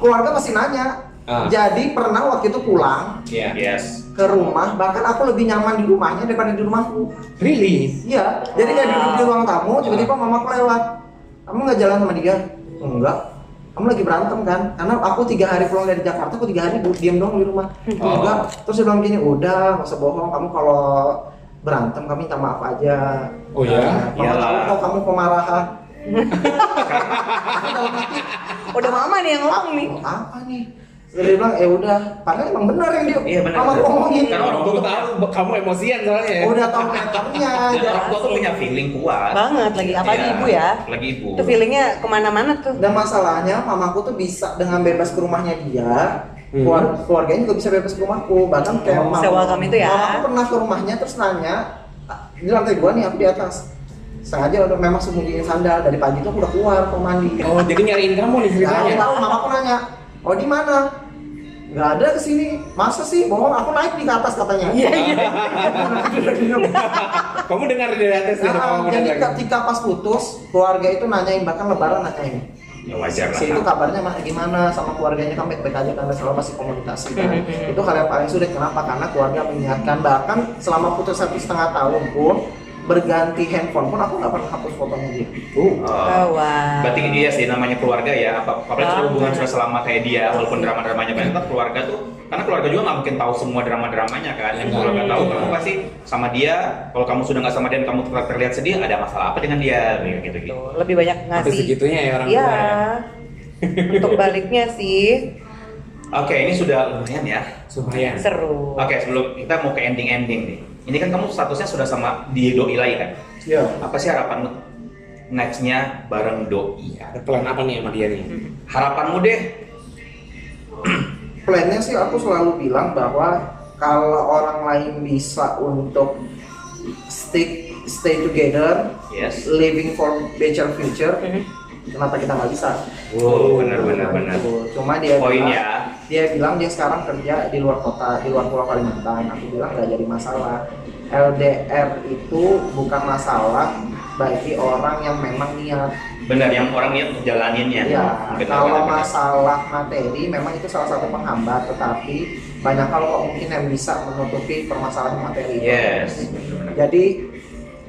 [SPEAKER 5] keluarga pasti nanya
[SPEAKER 3] Ah.
[SPEAKER 5] jadi pernah waktu itu pulang
[SPEAKER 4] Iya.
[SPEAKER 3] ya
[SPEAKER 4] Yes.
[SPEAKER 5] ke rumah bahkan aku lebih nyaman di rumahnya daripada di rumahku
[SPEAKER 3] really
[SPEAKER 5] Iya, jadi dia duduk di ruang
[SPEAKER 4] Ah.
[SPEAKER 5] tamu, tiba-tiba mamaku lewat. Kamu nggak jalan sama dia? Enggak. Kamu lagi berantem kan? Karena aku tiga hari pulang dari Jakarta, aku tiga hari duduk diam dong di rumah.
[SPEAKER 4] Hmm.
[SPEAKER 3] Oh.
[SPEAKER 5] Enggak. Terus dia bilang gini, udah nggak usah bohong. Kamu kalau berantem kami minta maaf aja.
[SPEAKER 3] Oh iya?
[SPEAKER 5] Nah, Mama
[SPEAKER 4] Iyalah.
[SPEAKER 5] tahu kok kamu kemarahan.
[SPEAKER 1] Udah mama nih yang ngomong nih.
[SPEAKER 5] Apa nih? Terus dia bilang, ya udah. Padahal emang benar yang dia.
[SPEAKER 4] Iya, benar.
[SPEAKER 5] Mama ngomongin.
[SPEAKER 4] Karena
[SPEAKER 3] orang
[SPEAKER 4] orang
[SPEAKER 3] tua
[SPEAKER 4] tua
[SPEAKER 3] tahu kamu emosian soalnya ya
[SPEAKER 5] Oh, Udah tahu karakternya.
[SPEAKER 3] Nah,
[SPEAKER 4] Dan
[SPEAKER 5] Jangan-
[SPEAKER 4] orang tua tuh punya feeling kuat.
[SPEAKER 1] Banget lagi, apalagi
[SPEAKER 4] Iya,
[SPEAKER 1] ibu ya.
[SPEAKER 4] Apalagi ibu.
[SPEAKER 1] Itu feelingnya kemana-mana tuh.
[SPEAKER 5] Dan masalahnya mamaku tuh bisa dengan bebas ke rumahnya dia,
[SPEAKER 3] Hmm.
[SPEAKER 5] keluar- keluarganya juga bisa bebas ke rumahku. Bahkan kayak
[SPEAKER 1] Oh, se-welcome itu ya.
[SPEAKER 5] Mamaku pernah ke rumahnya terus nanya, "Ah, di lantai dua nih aku di atas. Sengaja udah memang sembunyiin sandal dari pagi tuh aku udah keluar ke mandi.
[SPEAKER 3] oh jadi nyariin kamu nih
[SPEAKER 5] Nggak
[SPEAKER 3] ceritanya
[SPEAKER 5] tahu, mamaku nanya, oh di mana? Nggak ada kesini, masa sih bohong? Aku naik di ke atas katanya. Iya iya.
[SPEAKER 3] kamu dengar dari atas nih
[SPEAKER 5] Nah,
[SPEAKER 3] kamu
[SPEAKER 5] jadi
[SPEAKER 3] dengar.
[SPEAKER 5] ketika pas putus, keluarga itu nanyain bahkan lebaran nanyain.
[SPEAKER 4] Ya wajar lah.
[SPEAKER 5] Si itu kabarnya mah gimana sama keluarganya kan baik-baik aja karena selama masih komunikasi
[SPEAKER 4] Hmm,
[SPEAKER 5] kan. itu hal yang paling sulit kenapa karena keluarga mengingatkan bahkan selama putus satu setengah tahun pun berganti handphone pun aku nggak pernah hapus fotonya dia
[SPEAKER 4] Oh.
[SPEAKER 1] Oh, wow.
[SPEAKER 4] Berarti iya sih namanya keluarga ya, apa apalagi kalau hubungan sudah selama kayak dia, walaupun drama-dramanya banyak, tapi keluarga tuh karena keluarga juga nggak mungkin tahu semua drama-dramanya kan, yang keluarga tahu kamu pasti sama dia, kalau kamu sudah nggak sama dia dan kamu ter- terlihat sedih, ada masalah apa dengan dia gitu gitu.
[SPEAKER 1] Tuh, lebih banyak
[SPEAKER 3] Tapi
[SPEAKER 1] ngasih.
[SPEAKER 3] segitunya ya orang
[SPEAKER 1] Iya.
[SPEAKER 3] tua ya.
[SPEAKER 1] Untuk baliknya sih
[SPEAKER 4] Oke, ini sudah lumayan ya.
[SPEAKER 3] Lumayan.
[SPEAKER 1] seru.
[SPEAKER 4] Oke, sebelum kita mau ke ending-ending nih. Ini kan kamu statusnya sudah sama di doi lagi kan?
[SPEAKER 5] iya
[SPEAKER 4] Apa sih harapanmu next-nya bareng doi? ya?
[SPEAKER 3] Iya, ada plan apa nih sama dia nih?
[SPEAKER 4] Harapanmu deh.
[SPEAKER 5] plannya sih aku selalu bilang bahwa kalau orang lain bisa untuk stick stay together
[SPEAKER 4] Yes.
[SPEAKER 5] living for better future
[SPEAKER 1] Mhm.
[SPEAKER 5] kenapa kita nggak bisa
[SPEAKER 4] Wow, benar-benar benar.
[SPEAKER 5] cuma dia
[SPEAKER 4] Poin
[SPEAKER 5] bilang-
[SPEAKER 4] ya.
[SPEAKER 5] dia bilang dia sekarang kerja di luar kota di luar pulau Kalimantan aku bilang nggak jadi masalah LDR itu bukan masalah bagi orang yang memang niat
[SPEAKER 4] Benar, yang orang niat untuk jalaninnya.
[SPEAKER 3] Iya,
[SPEAKER 5] ya
[SPEAKER 4] Iya, Benar,
[SPEAKER 5] kalau
[SPEAKER 4] benar, benar.
[SPEAKER 5] masalah materi memang itu salah satu penghambat tetapi banyak hal kok mungkin yang bisa menutupi permasalahan materi
[SPEAKER 4] Yes. benar, benar.
[SPEAKER 5] jadi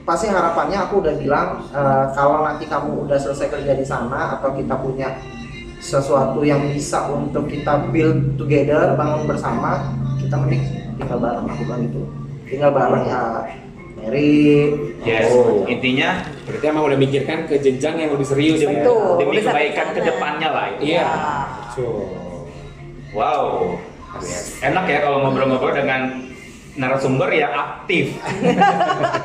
[SPEAKER 5] pasti harapannya aku udah bilang eh, kalau nanti kamu udah selesai kerja di sana atau kita punya sesuatu yang bisa untuk kita build together bangun bersama kita mending tinggal bareng aku bilang gitu tinggal bareng ya Mary
[SPEAKER 4] Yes. iya.
[SPEAKER 3] Oh.
[SPEAKER 4] Intinya
[SPEAKER 3] Berarti emang udah mikirkan ke jenjang yang lebih serius ya.
[SPEAKER 1] Betul. Oh,
[SPEAKER 4] demi
[SPEAKER 1] udah sampai
[SPEAKER 4] kebaikan
[SPEAKER 1] sana.
[SPEAKER 4] kedepannya lah. itu.
[SPEAKER 3] Iya.
[SPEAKER 1] Ya.
[SPEAKER 3] Betul.
[SPEAKER 4] Wow. Enak ya kalau ngobrol-ngobrol dengan narasumber yang aktif.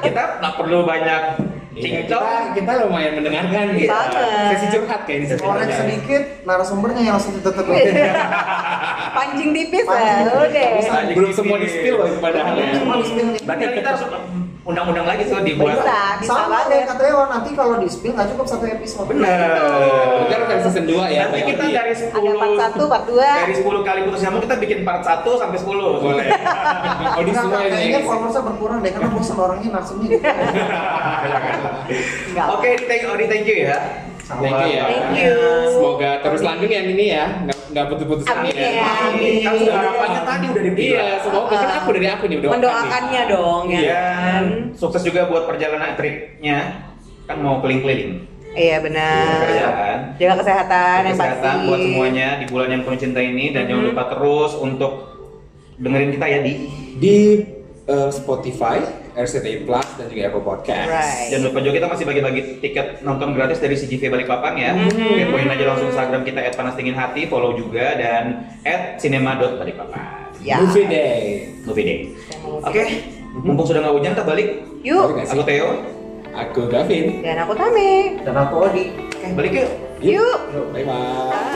[SPEAKER 4] kita nggak perlu banyak
[SPEAKER 3] Iya,
[SPEAKER 4] cincong.
[SPEAKER 3] kita, kita lumayan mendengarkan gitu.
[SPEAKER 1] Banget.
[SPEAKER 3] Sesi curhat kayak ini
[SPEAKER 5] korek sedikit narasumbernya yang langsung tetep
[SPEAKER 1] Iya. Pancing tipis
[SPEAKER 5] Pancing
[SPEAKER 1] ya,
[SPEAKER 5] tipis.
[SPEAKER 1] udah.
[SPEAKER 4] Bisa.
[SPEAKER 3] Belum semua di spill loh itu padahal ya.
[SPEAKER 5] cuma di spill nih.
[SPEAKER 4] Berarti kita harus undang-undang lagi tuh dibuat.
[SPEAKER 3] Iya.
[SPEAKER 1] Bisa, bisa
[SPEAKER 5] sama
[SPEAKER 1] banget.
[SPEAKER 5] kayak kata Dewa nanti kalau di spill nggak cukup satu episode
[SPEAKER 3] Kita
[SPEAKER 4] Benar.
[SPEAKER 3] akan season 2 ya.
[SPEAKER 4] Nanti
[SPEAKER 3] Pak
[SPEAKER 4] kita
[SPEAKER 3] Yudi.
[SPEAKER 4] dari
[SPEAKER 1] Ada
[SPEAKER 4] 10
[SPEAKER 1] part 1, part 2.
[SPEAKER 4] dari 10 kali putus nyambung kita bikin part 1 sampai 10. Boleh.
[SPEAKER 3] Oh di
[SPEAKER 5] Nggak,
[SPEAKER 3] semua ini.
[SPEAKER 5] kayaknya followersnya berkurang deh karena bosan orangnya narsumnya gitu.
[SPEAKER 1] Enggak.
[SPEAKER 4] Oke, thank Odi thank you ya.
[SPEAKER 3] Thank you ya.
[SPEAKER 1] Thank you.
[SPEAKER 3] Semoga terus langgeng yang ini ya, nggak- nggak putus-putus
[SPEAKER 1] Amin ya.
[SPEAKER 4] Amin. Kan sudah harapannya tadi udah dibilang.
[SPEAKER 3] Iya, semoga kan aku dari aku nih mendoakan.
[SPEAKER 1] Mendoakannya dong ya.
[SPEAKER 4] Iya.
[SPEAKER 1] kan?
[SPEAKER 4] Sukses juga buat perjalanan tripnya. Kan mau keliling-keliling.
[SPEAKER 1] Iya benar.
[SPEAKER 4] Kerjaan.
[SPEAKER 1] Jaga kesehatan yang Iya, pasti.
[SPEAKER 4] Kesehatan buat semuanya di bulan yang penuh cinta ini dan jangan
[SPEAKER 1] Mhm.
[SPEAKER 4] lupa terus untuk dengerin kita ya di
[SPEAKER 3] Di eh, Spotify, RCTI Plus dan juga Apple Podcast.
[SPEAKER 1] Right.
[SPEAKER 4] Jangan lupa juga kita masih bagi-bagi tiket nonton gratis dari CGV Balikpapan ya. Kepoin aja langsung Instagram kita @panasdinginhati, follow juga dan @cinema.balikpapan.
[SPEAKER 1] Ya.
[SPEAKER 3] Movie Day.
[SPEAKER 4] Movie day. Oke, mumpung sudah nggak hujan, kita balik.
[SPEAKER 1] Yuk.
[SPEAKER 3] Oke.
[SPEAKER 4] Aku Theo.
[SPEAKER 3] Aku Gavin.
[SPEAKER 1] Dan aku Tame.
[SPEAKER 5] dan aku Odi
[SPEAKER 4] Oke, balik yuk.
[SPEAKER 1] Yuk.
[SPEAKER 3] Bye bye.